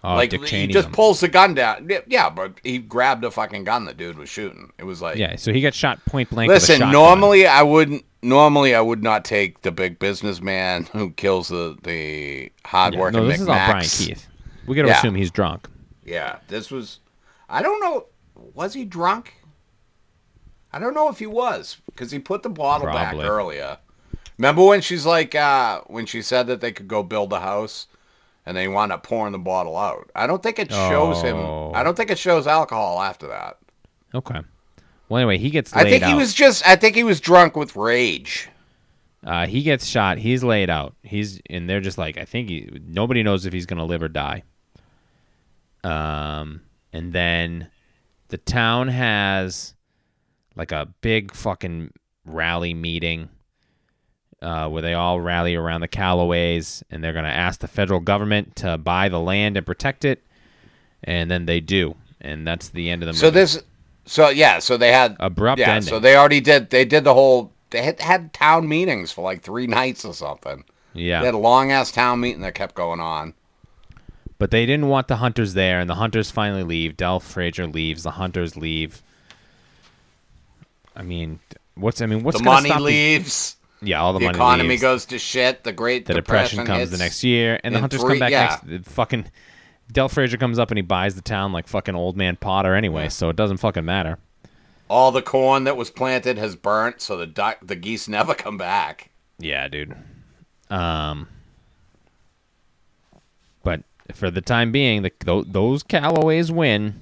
oh, like Dick he Cheney's just him. pulls the gun down. Yeah, Yeah, but he grabbed the fucking gun the dude was shooting. It was like yeah, so he got shot point blank. with a Listen, shotgun. normally I wouldn't. Normally I would not take the big businessman who kills the the Yeah, hardworking. no, this is all Brian knickknacks. Keith. We got to Yeah. assume he's drunk. Yeah, this was. I don't know. Was he drunk? I don't know if he was because he put the bottle Probably. back earlier. Remember when she's like, uh, when she said that they could go build a house, and they wound up pouring the bottle out. I don't think it shows Oh. him. I don't think it shows alcohol after that. Okay. Well, anyway, he gets. I Laid think out. he was just. I think he was drunk with rage. Uh, he gets shot. He's laid out. He's and they're just like I think he, nobody knows if he's gonna live or die. Um, and then the town has like a big fucking rally meeting uh, where they all rally around the Callaways and they're gonna ask the federal government to buy the land and protect it, and then they do, and that's the end of the movie. So this, so yeah, so they had Abrupt yeah, ending. so they already did. They did the whole. They had, had town meetings for like three nights or something. yeah, They had a long ass town meeting that kept going on. But they didn't want the hunters there, and the hunters finally leave. Del Frazier leaves. The hunters leave. I mean, what's I mean, what's the gonna money stop these- leaves. yeah, all the, The money economy leaves. goes to shit. The Great The depression, comes hits. the next year, and the in hunters three- come back yeah. next. Fucking Del Frazier comes up and he buys the town like fucking old man Potter anyway, so it doesn't fucking matter. All the corn that was planted has burnt, so the duck, the geese never come back. Yeah, dude. Um, but for the time being, the, tho- those Callaways win.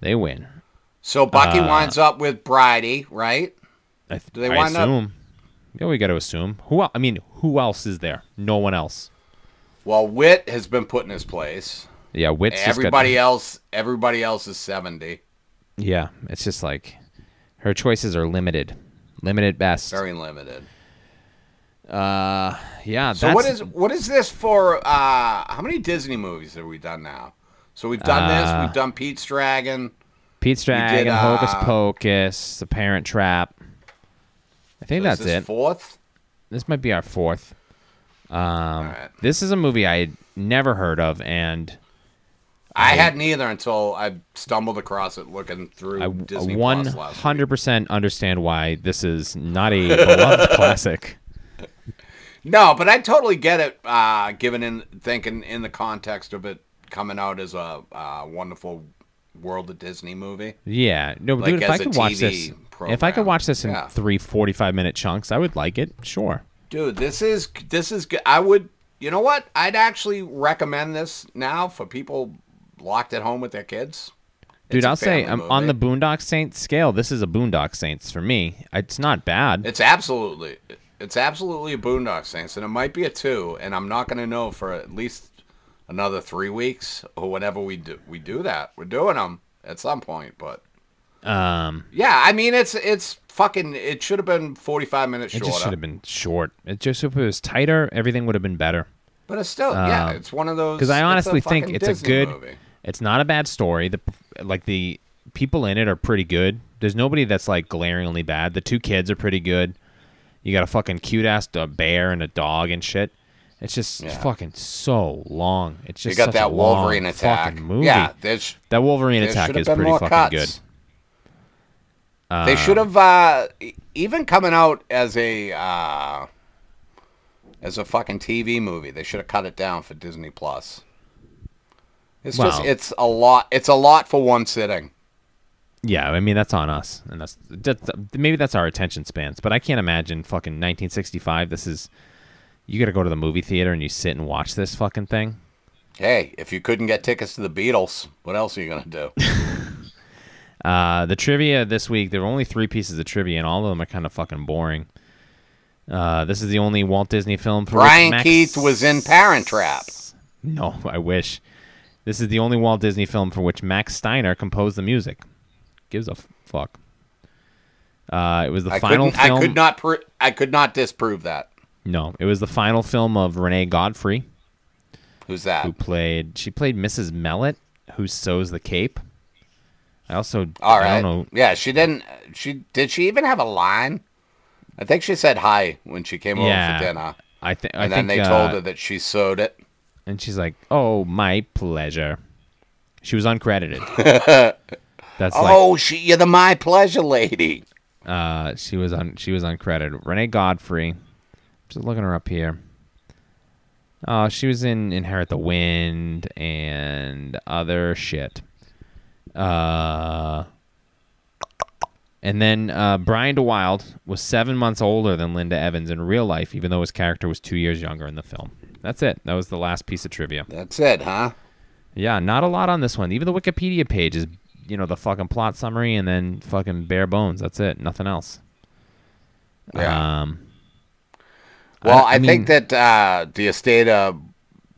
They win. So Bucky Uh. winds up with Bridie, right? I, th- Do they I wind up- assume. Yeah, we got to assume. Who? el- I mean, who else is there? No one else. Well, Wit has been put in his place. Yeah, Wits. just got- everybody else, everybody else is seventy, yeah, it's just like her choices are limited, limited best. very limited. yeah. So that's, what is what is this for? Uh, how many Disney movies have we done now? So we've done this. Uh. We've done Pete's Dragon. Pete's Dragon, did, uh, Hocus Pocus, The Parent Trap? I think Is that's this it. Fourth. this might be our fourth. Um, All right. This is a movie I had never heard of, and I hadn't either until I stumbled across it looking through I uh, Disney one Plus last week. hundred percent understand why this is not a beloved classic. No, but I totally get it. Uh, given in thinking in the context of it coming out as a uh, wonderful World of Disney movie. Yeah, no, but Like, dude, if I as a could watch TV this, if I could program. watch this in Yeah. three 45 minute chunks, I would like it. Sure. Dude, this is this is good. I would, you know what? I'd actually recommend this now for people locked at home with their kids. Dude, i I'll say I'm on the Boondock Saints scale. This is a Boondock Saints for me. It's not bad. It's absolutely. It's absolutely a Boondock Saints, and it might be a two, and I'm not going to know for at least another three weeks or whenever we do we do that. We're doing them at some point, but Um, yeah, I mean it's it's fucking. It should have been 45 minutes it shorter, just should have been short. It just if it was tighter, everything would have been better. but it's still yeah. Um, It's one of those Because I it's a honestly think fucking it's Disney a good. movie. It's not a bad story. The like the people in it are pretty good. There's nobody that's like glaringly bad. The two kids are pretty good. You got a fucking cute ass a bear and a dog and shit. It's just Yeah. fucking so long. It's You just got such that a long Wolverine attack. fucking Movie. Yeah, there's that Wolverine There attack should have is been pretty more fucking cuts. good. Um, they should have uh, e- even coming out as a uh, as a fucking TV movie. They should have cut it down for Disney Plus. It's just Wow. it's a lot. It's a lot for one sitting. Yeah, I mean that's on us, and that's, that's maybe that's our attention spans. But I can't imagine fucking 1965. This is you got to go to the movie theater and you sit and watch this fucking thing. Hey, if you couldn't get tickets to the Beatles, what else are you gonna do? Uh, the trivia this week, there were only three pieces of trivia, and all of them are kind of fucking boring. Uh, this is the only Walt Disney film for which Brian Max- Keith was in Parent Trap. No, I wish. This is the only Walt Disney film for which Max Steiner composed the music. Gives a f- fuck. Uh, it was the I final couldn't. film. I could not. Pro- I could not disprove that. No, it was the final film of Renee Godfrey, Who's that? who played. She played Mrs. Mellet, who sews the cape. I also. All right. I don't know. Yeah, she didn't. She did. She even have a line. I think she said hi when she came over Yeah. for dinner, I, think. I and then think they uh, told her that she sewed it. And she's like, "Oh, my pleasure." She was uncredited. That's like oh, she, you're the my pleasure lady. uh, she was on she was uncredited. Renee Godfrey. Just looking her up here. Uh, she was in Inherit the Wind and other shit. Uh, and then uh, Brian DeWild was seven months older than Linda Evans in real life, even though his character was two years younger in the film. That's it. That was the last piece of trivia. That's it, huh? Yeah, not a lot on this one. Even the Wikipedia page is, you know, the fucking plot summary and then fucking bare bones. That's it. Nothing else. Yeah. Um, well, I- I, I think mean- that uh, the estate of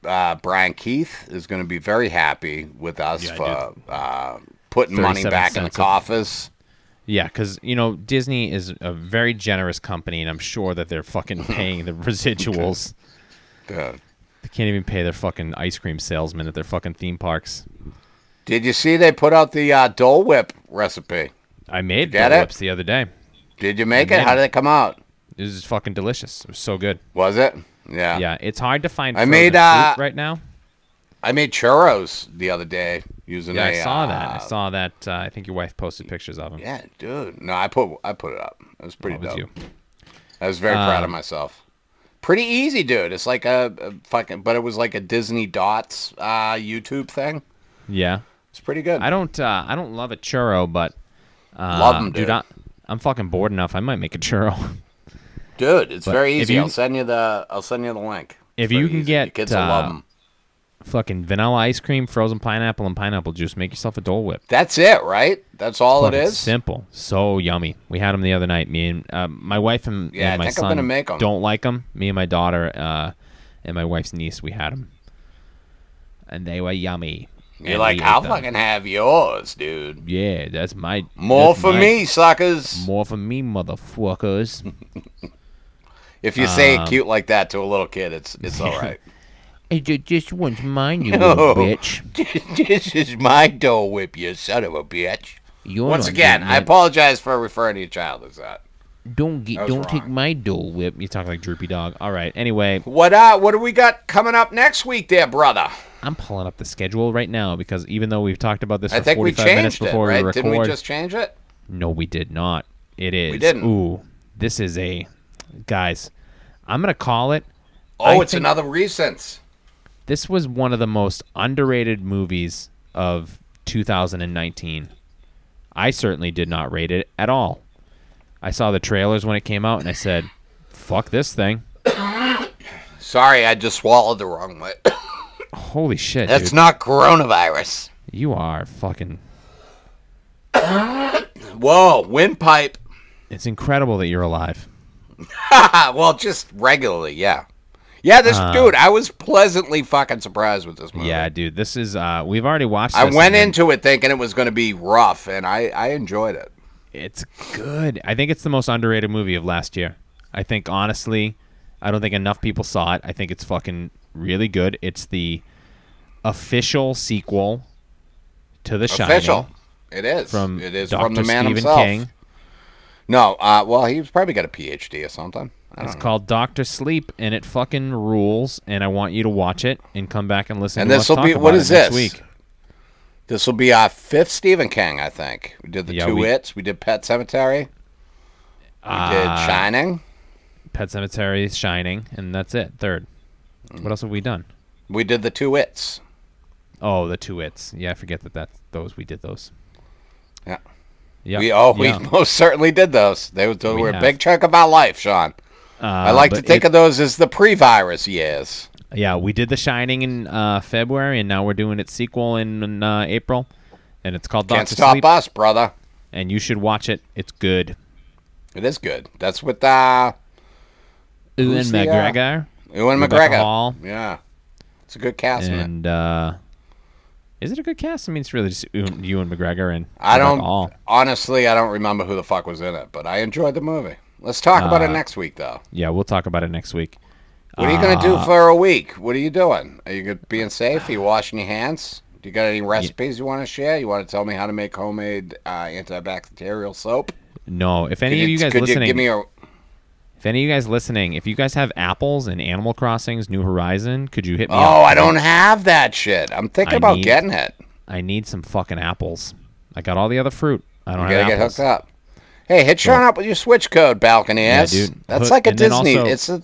uh, Brian Keith is going to be very happy with us Yeah, I for uh, putting money 37 back in the cents of- coffers. yeah, because you know Disney is a very generous company, and I'm sure that they're fucking paying the residuals. Good. They can't even pay their fucking ice cream salesman at their fucking theme parks. Did you see they put out the uh, Dole Whip recipe? I made get Dole it? whips the other day. Did you make I it? How did. did it come out? It was just fucking delicious. It was so good. Was it? Yeah. Yeah, it's hard to find. Uh, I frozen made, fruit uh, right now. I made churros the other day using Yeah, a. I saw that. I uh, saw that. Uh, I think your wife posted pictures of them. Yeah, dude. No, I put I put it up. It was pretty What was dope. you? I was very proud Um, of myself. Pretty easy, dude. It's like a, a fucking, but it was like a Disney Dots uh, YouTube thing. Yeah. It's pretty good. I don't uh, I don't love a churro, but uh, Love 'em, dude. I, I'm fucking bored enough. I might make a churro. dude, it's very if easy. you- I'll send you the I'll send you the link. It's if you very can easy. Your get, kids will love uh, 'em. fucking vanilla ice cream, frozen pineapple, and pineapple juice. Make yourself a Dole Whip. That's it, right? That's all Oh, it Fucking is. simple, so yummy. We had them the other night. Me and uh, my wife and, Yeah, and I my think I'm son gonna make 'em. don't like them. Me and my daughter uh, and my wife's niece, we had them, and they were yummy. You're And like, we ate I'll them. fucking have yours, dude. Yeah, that's my More that's for my- me, suckers. More for me, motherfuckers. If you say um, it cute like that to a little kid, it's it's all right. Hey, ju- just one's mine, you little No. bitch. this is my Dole Whip, you son of a bitch. You're Once not again, getting I it. apologize for referring to your child as that. Don't get, was don't take wrong. my Dole Whip. You talk like Droopy Dog. All right. Anyway, What uh what do we got coming up next week there, brother? I'm pulling up the schedule right now because even though we've talked about this I for think we 45 minutes changed it, before right? we record, Didn't we just change it? no, we did not. It is. didn't. Ooh, this is a, guys, I'm gonna call it. Oh, I it's think- another recent. This was one of the most underrated movies of 2019. I certainly did not rate it at all. I saw the trailers when it came out and I said, "Fuck this thing." Sorry, I just swallowed the wrong way. Holy shit, That's dude. not coronavirus. You are fucking. Whoa, windpipe. It's incredible that you're alive. Ah, well, just regularly, yeah. Yeah, this dude, I was pleasantly fucking surprised with this movie. Uh, Yeah, dude, this is uh we've already watched I this went and into it thinking it was going to be rough, and I, I enjoyed it. it's good. I think it's the most underrated movie of last year. I think honestly, I don't think enough people saw it. I think it's fucking really good. It's the official sequel to The Shining Official. It is. from it is Dr. from the man Stephen himself. King. No, uh, well, he's probably got a PhD or something. I don't It's know. called Doctor Sleep, and it fucking rules. And I want you to watch it and come back and listen. And to this us will talk be- about what it is next this? week? This will be our fifth Stephen King, I think. We did the Yeah, two we- Uh, its. We did Pet Cemetery. We did Shining. Pet Cemetery, Shining, and that's it. Third. Hmm. What else have we done? We did the two its. Oh, the two its. Yeah, I forget that that those we did those. Yeah. Yeah. We oh yeah. we most certainly did those. They, were- they were a have. big chunk of my life, Sean. I Uh, like to but think it- of those as the pre-virus years. yeah, we did the Shining in uh, February, and now we're doing its sequel in, in, uh, April, and it's called Can't Doctor stop Sleep, us, brother. and you should watch it. It's good. It is good. That's with uh, Ewan Who's the, uh, McGregor Ewan Rebecca McGregor. Hall. Yeah, it's a good cast. man. and uh, is it a good cast? I mean, it's really just Ewan, Ewan McGregor and I Rebecca don't Hall. honestly. I don't remember who the fuck was in it, but I enjoyed the movie. Let's talk about Uh, it next week, though. Yeah, we'll talk about it next week. What are you gonna Uh, do for a week? What are you doing? Are you gonna- being safe? Are you washing your hands? Do you got any recipes you want to share? You want to tell me how to make homemade uh, antibacterial soap? No, if Could any of you guys could listening, you give me a If any of you guys listening, if you guys have apples and Animal Crossings New Horizon, could you hit me up? Oh, I don't have that shit. I'm thinking I about need- getting it. I need some fucking apples. I got all the other fruit. I don't You have gotta get apples. hooked up. Hey, hit Sean up with your switch code, balcony ass. dude. That's Hook- like a and then Disney. also- it's a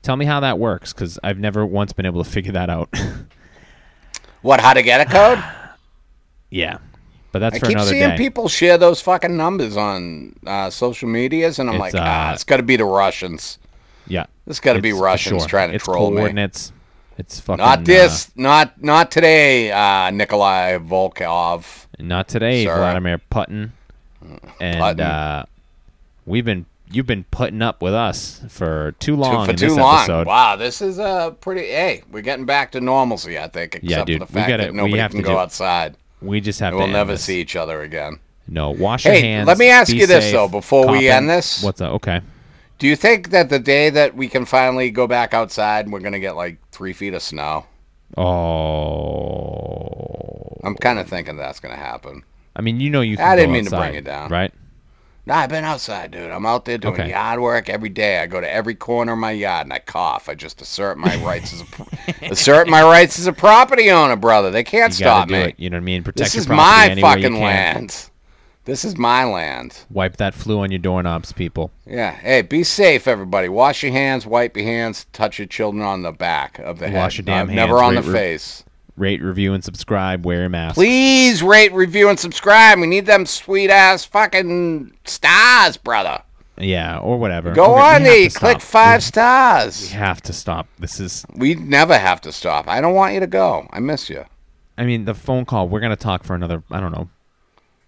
Tell me how that works, because I've never once been able to figure that out. what? How to get a code? yeah, but that's I for keep another seeing day. people share those fucking numbers on uh, social medias, and I'm like, It's, ah, uh, it's got to be the Russians. yeah, It's got to be It's for Russians sure. trying to it's troll me. coordinates. It's fucking Not uh, this, not not today, uh, Nikolai Volkov. not today, Sir. Vladimir Putin. And Putin. Uh, we've been you've been putting up with us for too long for in too this long. episode. Wow, this is a pretty. Hey, we're getting back to normalcy, I think, except dude, for the we fact gotta- that we nobody have can to go do- outside. We just have We'll to end never this. see each other again. No, wash Hey, your hands. let me ask be you this, safe, though, before we cough end in. this. What's up? Okay. Do you think that the day that we can finally go back outside, we're gonna get like three feet of snow? Oh. I'm kind of thinking that's gonna happen. I mean, you know you. Can I go didn't mean to bring outside, it down. Right. No, I've been outside, dude. I'm out there doing Okay. yard work every day. I go to every corner of my yard and I cough. I just assert my rights as a pro- assert my rights as a property owner, brother. They can't You gotta stop do me. it. You know what I mean? Protect This your is property my any way you fucking can. land. This is my land. Wipe that flu on your doorknobs, people. Yeah. Hey, be safe, everybody. Wash your hands, wipe your hands, touch your children on the back of the head. Wash your damn Uh, Never on hands. Rate, the re- face. Rate, review, and subscribe. Wear your mask. Please rate, review, and subscribe. We need them sweet ass fucking stars, brother. Yeah, or whatever. Go Okay, we on have there. to Click stop. five stars. We have to stop. This is. We never have to stop. I don't want you to go. I miss you. I mean, the phone call. We're gonna talk for another. I don't know.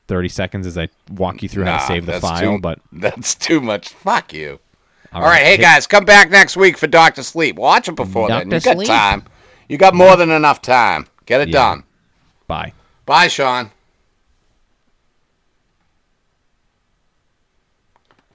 Thirty seconds as I walk you through how Nah, to save the that's file. too- but that's too much. Fuck you. all All right, hey hit- guys, come back next week for Doctor Sleep. Watch it before then. Dr. You got Sleep. time. You got more than enough time. Get it Yeah. done. Bye. Bye, Sean.